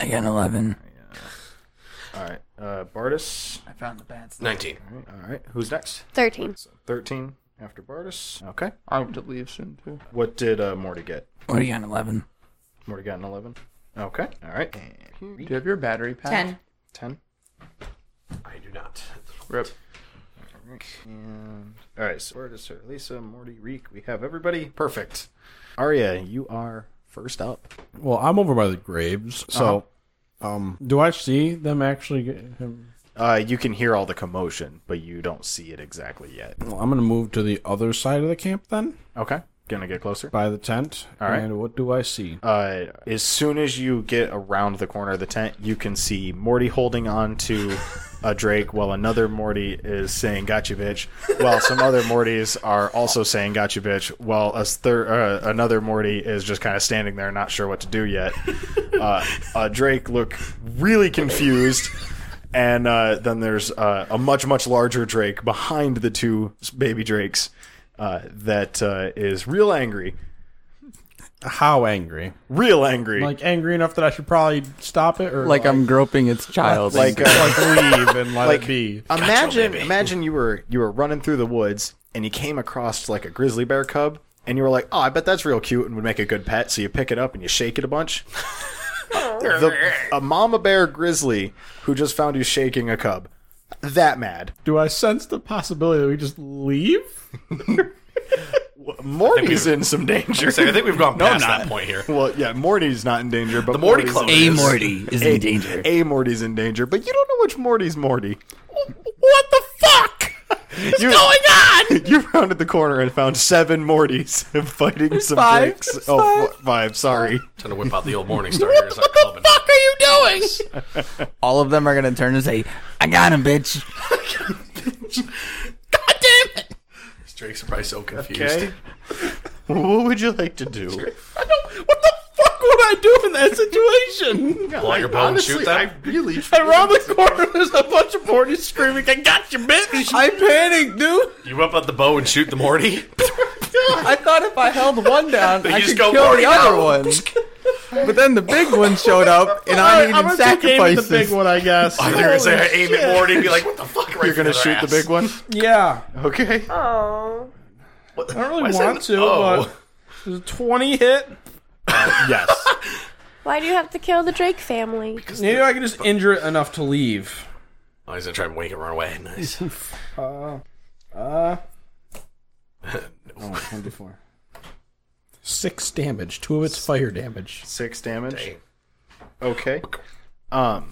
I got an eleven.
All right. Uh, Bardis.
19.
All right. Who's next?
13.
Thirteen after Bardis. Okay.
I have to leave soon too.
What did uh, Morty get?
What do you got? An eleven.
Morty got an eleven. Okay. All right.
Do you have your battery pack?
Ten.
Ten.
I do not.
Rip.
And all right. So Bardis, or Lisa, Morty, Reek. We have everybody. Perfect. Arya, you are first up.
Well, I'm over by the graves, so um, do I see them actually? Get him?
Uh, you can hear all the commotion, but you don't see it exactly yet.
Well, I'm gonna move to the other side of the camp then,
Okay. Gonna get closer.
by the tent. All
right.
And what do I see?
uh, as soon as you get around the corner of the tent, you can see Morty holding on to a Drake while another Morty is saying "Gotcha, bitch," while some other Mortys are also saying "Gotcha, bitch," while a thir- uh, another Morty is just kind of standing there, not sure what to do yet. Uh, uh, Drake look really confused. And uh, then there's uh, a much, much larger Drake behind the two baby Drakes uh, that uh, is real angry.
How angry?
Real angry.
Like angry enough that I should probably stop it, or
Like I'm groping its child.
like uh,
like leave and let it be.
imagine
baby.
imagine you were you were running through the woods and you came across like a grizzly bear cub and you were like oh i bet that's real cute and would make a good pet so you pick it up and you shake it a bunch the, a mama bear grizzly who just found you shaking a cub that mad
Do I sense the possibility that we just leave?
morty's in some danger
I think we've gone past that point here.
well yeah morty's not in danger but the
Morty Club
A
is-
Morty is in danger.
a morty's in danger but you don't know which morty's morty
What the fuck is
You-
going on?
you rounded the corner and found seven Mortys fighting some
Five.
drakes. Oh, f- five. Sorry.
Trying to whip out the old morning star here as I'm clubbing.
fuck are you doing? All of them are gonna turn and say, "I got him, bitch." God damn it!
These drakes are probably so confused.
Okay. what would you like to do?
I don't. What the fuck would I do in that situation?
Pull out your bow and shoot them.
really.
Around the corner, there's a bunch of Morty screaming, "I got you, bitch!"
I panicked, dude.
You whip out the bow and shoot the Morty.
I thought if I held one down, I
just
could
go,
kill
"Morty,
the other
no."
one. But then the big one showed up, and I
I'm
needed
gonna take aim at
sacrifices.
the big one, I guess.
I think you're gonna say I aim at Morty and be like, "What the fuck?" Right
You're gonna
through their
shoot the
ass.
big one.
Yeah,
Okay.
Oh.
What the-
I don't
why
really
is
want
that-
to,
oh.
but does a twenty hit?
yes.
Why do you have to kill the Drake family?
maybe I can just injure it enough to leave.
Oh, he's gonna try and wink and run away. Nice.
Oh, 24. Six damage. Two of its fire damage.
Six damage. Okay. Um,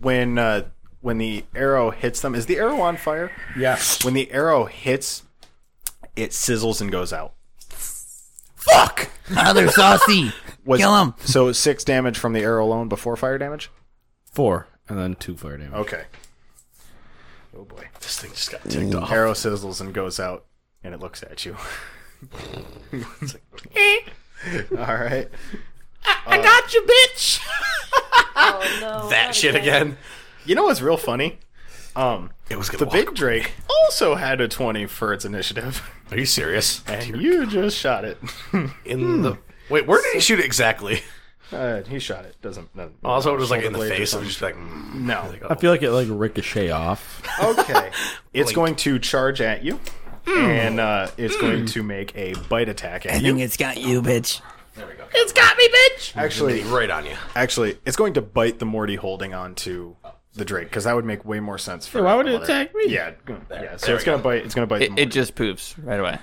when uh, when the arrow hits them, is the arrow on fire?
Yeah.
When the arrow hits, it sizzles and goes out.
Fuck! Now they're saucy.
Was-
Kill him.
So six damage from the arrow alone before fire damage.
Four. And then two fire damage.
Okay. Oh boy.
This thing just got ticked off.
Arrow sizzles and goes out, and it looks at you. It's like, All right.
I got you, bitch.
Oh no.
That shit again.
You know what's real funny? Um,
It was gonna
the
walk
big
away.
Drake also had a twenty for its initiative,
Are you serious?
and hmm. you just shot it.
In the wait, where did he shoot it exactly?
Uh, he shot Oh, it. Doesn't. doesn't
Also, it was like in the
shoulder blade or
face. I'm
something.
just like, mm.
No.
I feel like it like ricochet off.
Okay. it's going to charge at you, and uh, it's going to make a bite attack
I
at you.
think it's got you, bitch.
It's got me, bitch.
Actually,
oh, right on you.
actually, it's going to bite the Morty holding on to the Drake because that would make way more sense for.
Why would
the
it
other-
attack me?
Yeah. yeah. So
there
it's
we
gonna
go.
bite. It's gonna bite. the
It,
Morty.
it just poops right away.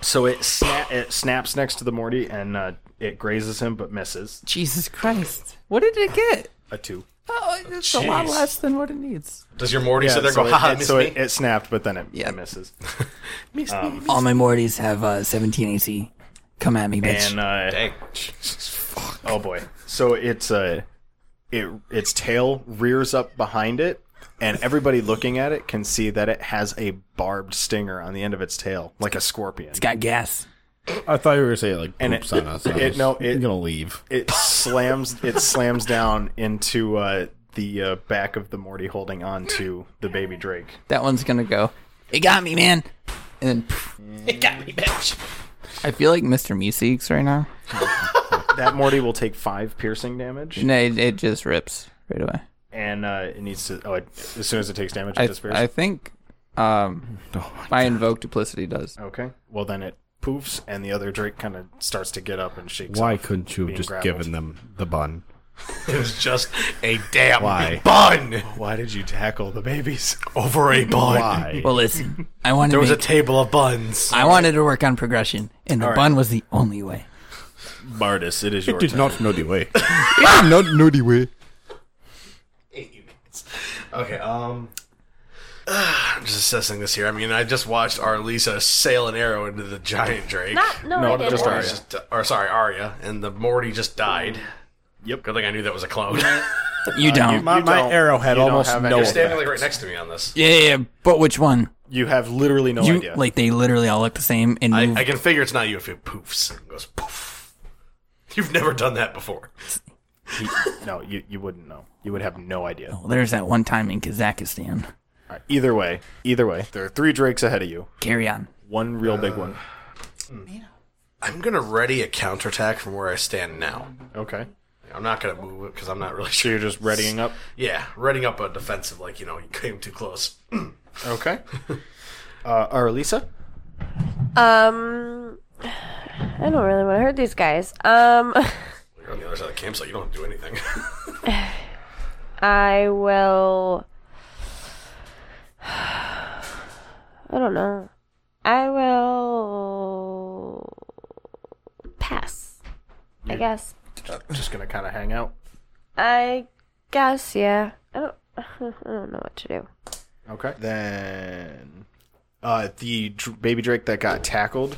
so it sna- it snaps next to the Morty and uh, it grazes him but misses
Jesus Christ! What did it get?
a two.
Oh, it's a lot
Jeez.
less than what it needs.
Does your Morty sit there
so
and go, "Ha, ha,
it,
miss
so
me."
it, it snapped, but then it
Yeah.
misses.
All my Mortys have uh, 17 AC. Come at me, bitch.
And uh,
Dang.
Oh boy! So it's uh, it its tail rears up behind it, and everybody looking at it can see that it has a barbed stinger on the end of its tail, like a scorpion.
got gas.
I thought you were going to say it like
And
poops
it-
on us.
it-
I was
no, it-
going to leave.
It slams it slams down into uh, the uh, back of the Morty, holding on to the baby Drake.
That one's gonna go. It got me, man. And then poof.
It got me, bitch.
I feel like Mr. Meeseeks right now.
That Morty will take five piercing damage,
No, it, it just rips right away.
and uh, it needs to. Oh, it, as soon as it takes damage, it
I,
disappears.
I think um, my invoke duplicity does.
okay. Well, then it poofs, and the other Drake kind of starts to get up and shakes.
Why
off
couldn't you have
being
just
grappled.
given them the bun?
It was just a damn
Why?
bun
Why did you tackle the babies?
over a bun.
Why?
Well, listen, I wanted
There
to
was a
make,
table of buns.
I wanted to work on progression, and the bun was the only way.
Bardis, it is your turn.
not know the way. not know the way.
Okay, um. I'm just assessing this here. I mean, I just watched Arlisa sail an arrow into the giant Drake.
Not, no, I didn't.
just
Sorry,
Arya.
just, or sorry, Arya, and the Morty just died.
Yep.
Good thing I knew that was a clone.
You don't.
My,
You
my
don't-
arrow
you
had
don't
almost
have
no
any-
Standing like right next to me on this.
yeah, yeah, yeah, but which one?
You have literally no
you
idea.
like they literally all look the same and
I,
move.
I can figure it's not you if it poofs and goes poof. You've never done that before.
You- Oh. no, you, you wouldn't know. You would have no idea.
Well, there's that one time in Kazakhstan.
All right, either way, either way, there are three drakes ahead of you.
Carry on.
One real big one.
I'm gonna ready a counterattack from where I stand now.
Okay.
I'm not gonna move it because I'm not really
So
sure.
you're just readying up.
Yeah, readying up a defensive, like you know, you came too close.
Okay. Uh, Aralisa?
Um, I don't really want to hurt these guys. Um,
You're on the other side of the campsite. You don't have to do anything.
I will. I don't know. I will pass. I guess.
Just gonna kind of hang out.
I guess. Yeah. I don't. I don't know what to do.
Okay. Then Uh, the dr- baby drake that got tackled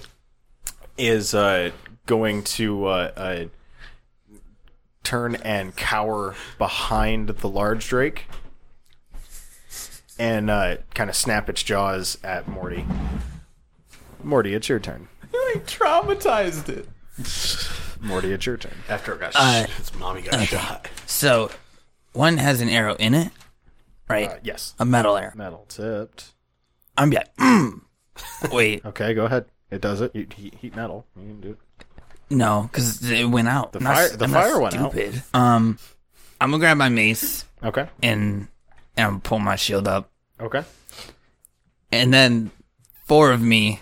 is uh, going to uh, uh, turn and cower behind the large drake and uh, kind of snap its jaws at Morty. Morty, it's your turn.
Traumatized it.
Morty, it's your turn.
After it got
Uh,
shot, his mommy got shot.
So, one has an arrow in it, right?
Uh, yes.
a metal arrow.
Metal tipped.
I'm like, mm. wait,
Okay, go ahead. It does it. You, heat, heat metal. You can do it.
no, because it went out. The
fire- the fire went out.
stupid. out. Um, I'm gonna grab my mace
Okay.
and and I'm gonna pull my shield up,
Okay.
and then four of me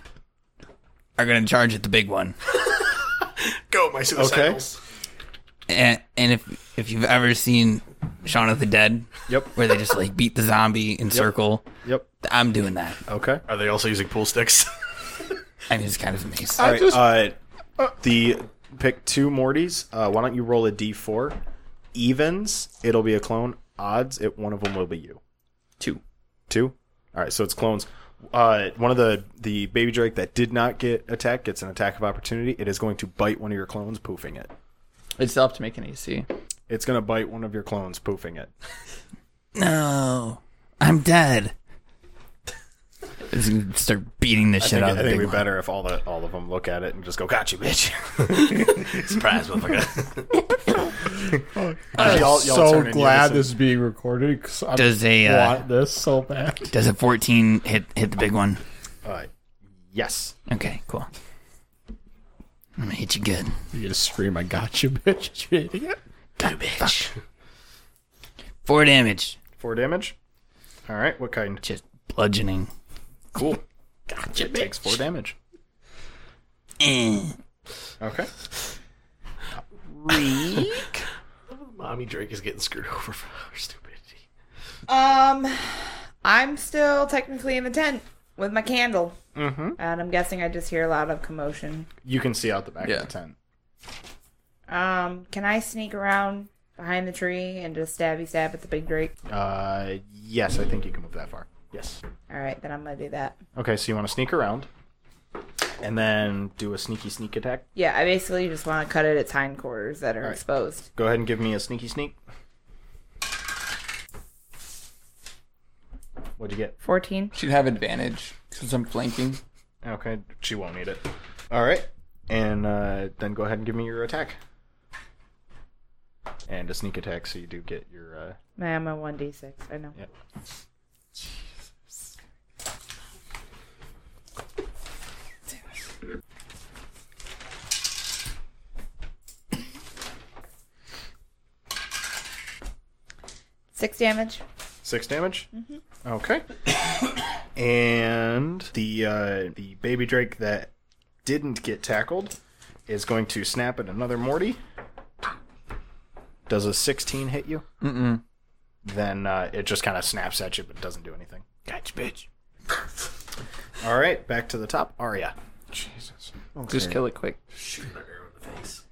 are gonna charge at the big one.
Go, my suicidals.
And and if if you've ever seen Shaun of the Dead,
Yep.
where they just like beat the zombie in circle,
Yep.
I'm doing that.
Okay.
Are they also using pool sticks?
I'm just kind of amazed.
All right. uh, the pick two Mortys. Uh, why don't you roll a d4? Evens, it'll be a clone. Odds, it one of them will be you.
Two.
Two. All right. So it's clones. Uh, one of the the baby drake that did not get attacked gets an attack of opportunity. It is going to bite one of your clones, poofing it.
It's still up to make an AC.
It's going to bite one of your clones, poofing it.
No, I'm dead. I'm just gonna start beating the shit
I
out
think, I think
of the big
it'd be
one.
better if all the all of them look at it and just go, "Got you, bitch."
Surprise, motherfucker.
Y'all- y'all turn
so
in
glad
unison.
this is being recorded because I
Does a, uh,
want this so bad.
Does a 14 hit hit the big one?
Uh, yes.
Okay, cool. I'm gonna hit you good.
You just scream, "I got you, bitch!" You idiot.
bitch. Four damage.
Four damage. All right. What kind?
Just bludgeoning.
Cool. Gotcha. It takes four damage.
Eh.
Okay.
mommy Drake is getting screwed over for her stupidity.
Um, I'm still technically in the tent with my candle. Mm-hmm. And I'm guessing I just hear a lot of commotion.
You can see out the back
Yeah.
of the tent.
Um, can I sneak around behind the tree and just stabby stab at the big drake?
Uh, yes, I think you can move that far. Yes.
All right, then I'm gonna do that.
Okay, so you want to sneak around, and then do a sneaky sneak attack.
Yeah, I basically just want to cut at its hindquarters that are exposed.
Go ahead and give me a sneaky sneak. What'd you get?
Fourteen.
She'd have advantage because I'm flanking.
Okay, she won't need it. All right, and uh, then go ahead and give me your attack. And a sneak attack, so you do get your. Uh...
Man, I'm a one d six. I know.
Yeah.
Six damage.
Six damage. Okay. and the uh, the baby drake that didn't get tackled is going to snap at another Morty. Does a sixteen hit you? Mm-mm. Then uh, it just kind of snaps at you, but doesn't do anything.
Gotcha, bitch.
All right, back to the top. Arya.
Just kill it quick.
Shooting her arrow in the face.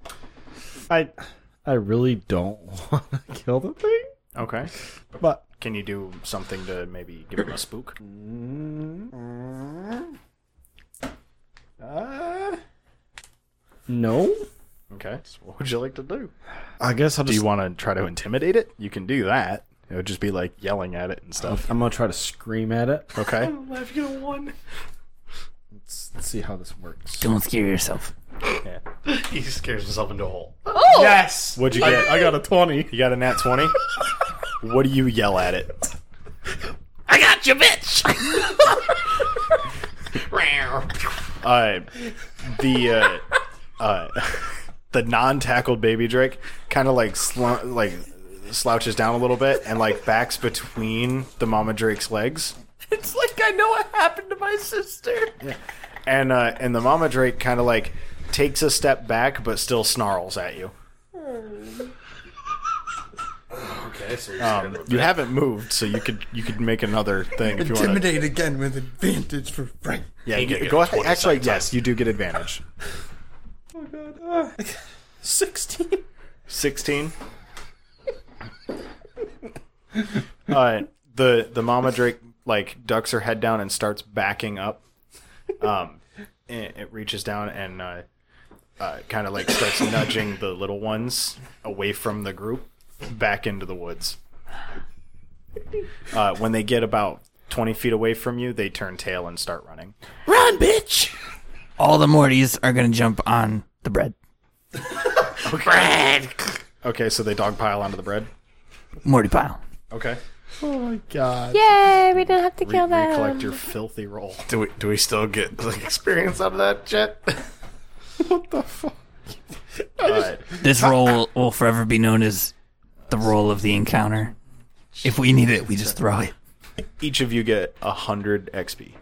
I, I really don't want to kill the thing,
Okay.
but
Can you do something to maybe give him a spook?
no.
Okay. So what would you like to do?
I guess I'll
Do
just.
you want to try to intimidate it? You can do that. It would just be like yelling at it and stuff.
I'm gonna try to scream at it.
Okay.
I've got a one.
Let's, let's see how this works.
Don't scare yourself.
He scares himself into a hole.
Yes,
What'd you get?
I got a twenty.
You got a nat 20? what do you yell at it?
I got you, bitch.
Uh, the uh, uh, the non-tackled baby drake kind of like slun- like slouches down a little bit and like backs between the mama drake's legs.
It's like I know what happened to my sister.
And uh, and the mama drake kind of like takes a step back but still snarls at you.
Okay, so you're
Um, you haven't moved, so you could you could make another thing if you want.
Intimidate again with advantage for Frank.
Yeah,
you
you,
get
go
a
ahead.
20
Actually,
second time.
yes, you do get advantage.
Sixteen.
16 uh, the the mama drake like ducks her head down and starts backing up. Um, and it reaches down and uh, uh, kind of like starts nudging the little ones away from the group back into the woods. Uh, when they get about 20 feet away from you, they turn tail and start running.
Run, bitch! All the Mortys are gonna jump on the bread.
Okay, so they dogpile onto the bread.
Morty pile.
Okay.
Oh my god.
Yay, we didn't have to
Uh, Re-
kill
recollect
them.
your filthy roll.
Do we do we still get like experience out of that jet?
Uh,
This roll will forever be known as the roll of the encounter. If we need it, we just throw it.
each of you get 100 XP.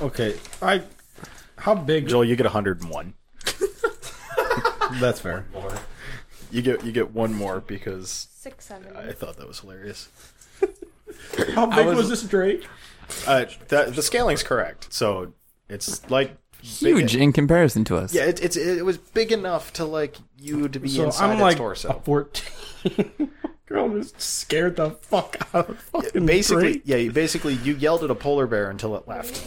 Okay. I. How big?
Joel, you get 101.
That's fair.
You get you get one more because
Six, seven.
I thought that was hilarious.
How big was, this drake?
Uh, the, the scaling's correct, so it's like big-
Huge in comparison to us.
yeah, it, it's it was big enough to like you to be
So
inside
I'm
its
like a
"Oh,
torso.
fourteen. Girl just scared the fuck out of the fucking
basically,
drake.
yeah, you, basically you yelled at a polar bear until it left.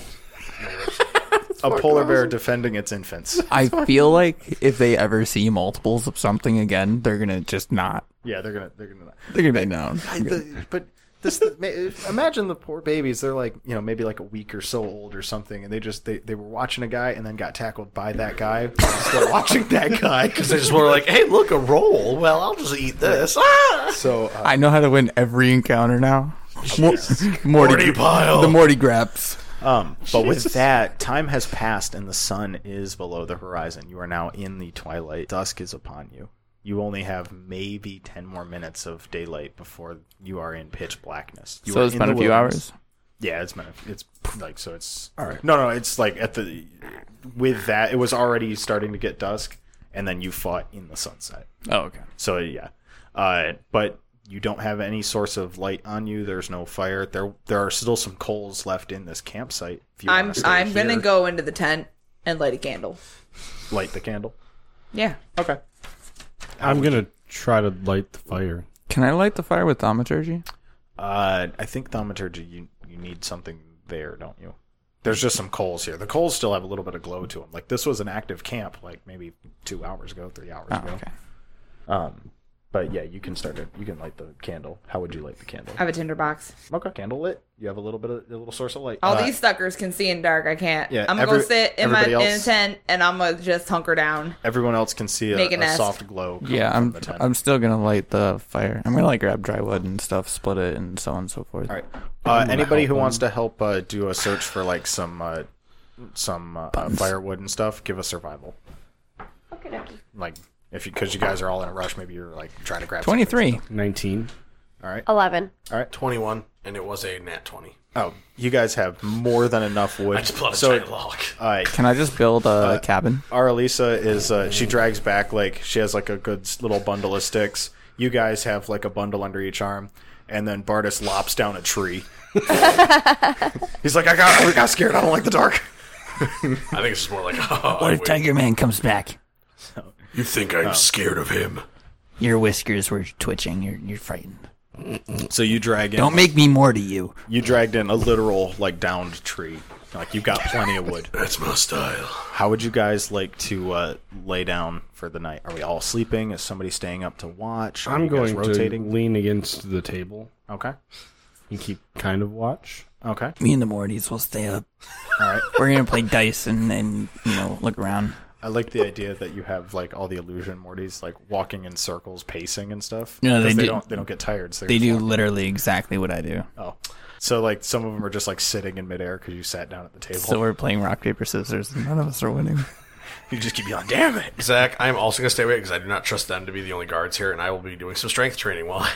a polar bear defending its infants.
I feel like if they ever see multiples of something again, they're gonna just not.
Yeah, they're gonna they're gonna.
They're gonna be like, no.
I, the, but this ma- imagine the poor babies. They're like you know maybe like a week or so old or something, and they just they, they were watching a guy and then got tackled by that guy. while Still watching that guy.
Because they just were like, hey, look, a roll. Well, I'll just eat this. Ah!
So uh,
I know how to win every encounter now. Mo- Morty,
Morty pile.
The Morty grabs.
Um, but with that, time has passed and the sun is below the horizon. You are now in the twilight. Dusk is upon you. You only have maybe 10 more minutes of daylight before you are in pitch blackness. You
So
are
it's
in
been
the
a few
wilderness.
hours.
Yeah, it's been a, it's like so it's All right. No, no, it's like at the with that it was already starting to get dusk and then you fought in the sunset.
Oh, okay.
So yeah, uh, but you don't have any source of light on you. There's no fire. There there are still some coals left in this campsite. If you
I'm
wanna stay
I'm gonna
here,
go into the tent and light a candle.
light the candle.
Yeah.
Okay.
I'm gonna try to light the fire.
Can I light the fire with thaumaturgy?
Uh, I think thaumaturgy. You you need something there, don't you? There's just some coals here. The coals still have a little bit of glow to them. Like this was an active camp, like maybe two hours ago, three hours ago.
okay.
Um, but yeah, you can start it. You can light the candle. How would you light the candle?
I have a tinder box.
Okay, candle lit. You have a little bit of a little source of light.
All
Uh,
these suckers can see in dark. I can't.
Yeah,
I'm gonna
every-
go sit in my
everybody
in a
else-
tent and I'm gonna just hunker down.
Everyone else can see a,
Make a
a
nest.
soft glow. coming
Oh,
Yeah,
from
I'm
the tent.
I'm still gonna light the fire. I'm gonna like grab dry wood and stuff, split it, and so on and so forth.
All right. Uh, anybody who wants to help uh, do a search for like some uh, some uh, uh, firewood and stuff, give a survival.
Okay, dokie.
Like if you because you guys are all in a rush, maybe you're like trying to grab
Twenty three.
Nineteen.
Eleven.
21, and it was a nat 20.
something. Oh, you guys have more than enough wood.
I just pulled a
so,
giant log.
uh,
Can I just build a
Uh,
cabin?
Aralisa is uh, she drags back like she has like a good s- little bundle of sticks. You guys have like a bundle under each arm, and then Bartis lops down a tree. He's like, I got, I got scared. I don't like the dark.
I think it's just more like, oh,
What if
wait,
Tiger Man comes back?
you think I'm scared of him?
Your whiskers were twitching. You're you're frightened.
So you drag in.
Don't make me Morty you.
You dragged in a literal like downed tree. Like you've got plenty of wood.
That's my style.
How would you guys like to uh, lay down for the night? Are we all sleeping? Is somebody staying up to watch? Are
I'm
you guys
going
rotating.
to lean against the table
Okay.
and keep kind of watch.
Okay.
Me and the Mortys will stay up.
All right.
We're gonna play dice and and you know look around.
I like the idea that you have like all the illusion Mortys like walking in circles, pacing and stuff.
No, they
'Cause
do-
not They don't get tired. So
They do literally exactly what I do.
Oh. So like some of them are just like sitting in midair because you sat down at the table.
So we're playing rock paper scissors. and None of us are winning.
you just keep yelling, "Damn it!"
Zach, I'm also going to stay away because I do not trust them to be the only guards here, and I will be doing some strength training while I.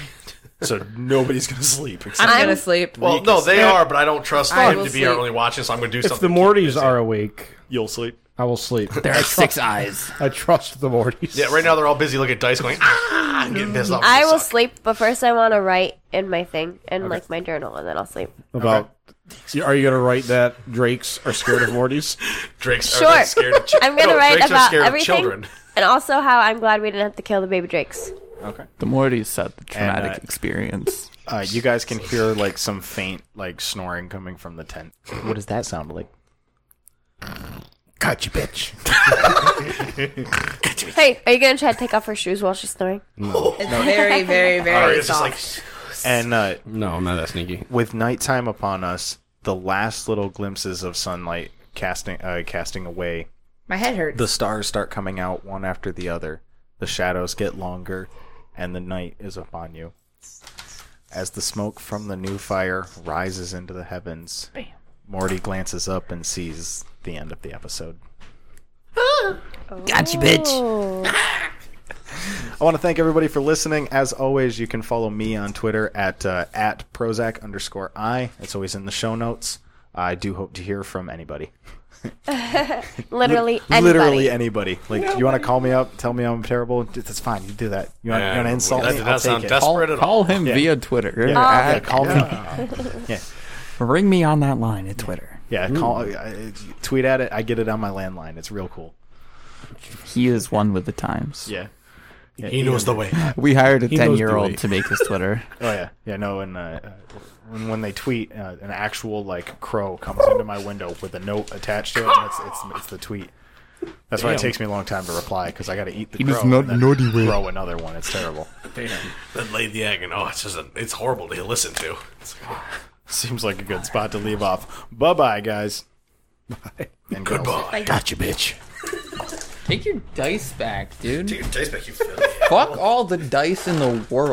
So nobody's gonna sleep. Except-
I'm,
I'm-
gonna sleep.
Well, no, they are, but I don't trust
I
them
will
to be
sleep.
only watching, so I'm going to do
If the
something. to keep
Mortys
busy.
are awake,
You'll sleep.
I will sleep.
There are six eyes.
I trust the Mortys.
Yeah, right now they're all busy looking at dice going, ah, and getting pissed off.
I
They
will
suck.
sleep, but first I want to write in my thing and like my journal, and then I'll sleep.
About are you gonna write that Drakes are scared of Mortys?
Drake's
Sure.
are they scared of chi-
I'm gonna
No,
write
Drake's are
about
scared
everything,
of children.
and also how I'm glad we didn't have to kill the baby drakes.
Okay.
The more it is said, the
And,
traumatic
uh,
experience.
Uh, you guys can hear like some faint like snoring coming from the tent. What does that sound like?
Cut you, bitch.
Hey, are you gonna try to take off her shoes while she's snoring?
It's very, very, very soft.
And uh,
No, I'm not that sneaky.
with nighttime upon us, the last little glimpses of sunlight casting uh, casting away,
My head hurts.
the stars start coming out one after the other. The shadows get longer, and the night is upon you. As the smoke from the new fire rises into the heavens, Morty glances up and sees the end of the episode.
Gotcha, bitch.
I want to thank everybody for listening. As always, you can follow me on Twitter at uh, at Prozac underscore I. It's always in the show notes. I do hope to hear from anybody.
Literally anybody.
Literally anybody. Like, you want to call me up, tell me I'm terrible? That's fine. You do that. You want, you want to insult
that
me?
did
I'll
not sound
take it.
desperate at all.
Call him via Twitter.
Yeah, yeah,
At-
call me.
Ring me on that line at Twitter.
Yeah, call. I, I- tweet at it. I get it on my landline. It's real cool.
He is one with the times.
Yeah.
He knows the way.
We hired a
knows the
10 year
way.
old to make his Twitter.
Oh yeah, yeah. No, and uh, uh, when when they tweet, uh, an actual like crow comes into my window with a note attached to it. And it's, it's it's the tweet. That's why it
Damn.
takes me a long time to reply because I got to eat the
It
crow
is not
and then
naughty way.
throw another one. It's terrible.
Then laid the egg, and oh, it's just a, it's horrible to listen to. It's like,
Seems like a good spot to leave off. Bye bye, guys. Bye. And girls.
goodbye.
Gotcha, bitch.
Take your dice back, dude.
Dude, taste back you filthy.
Fuck all the dice in the world.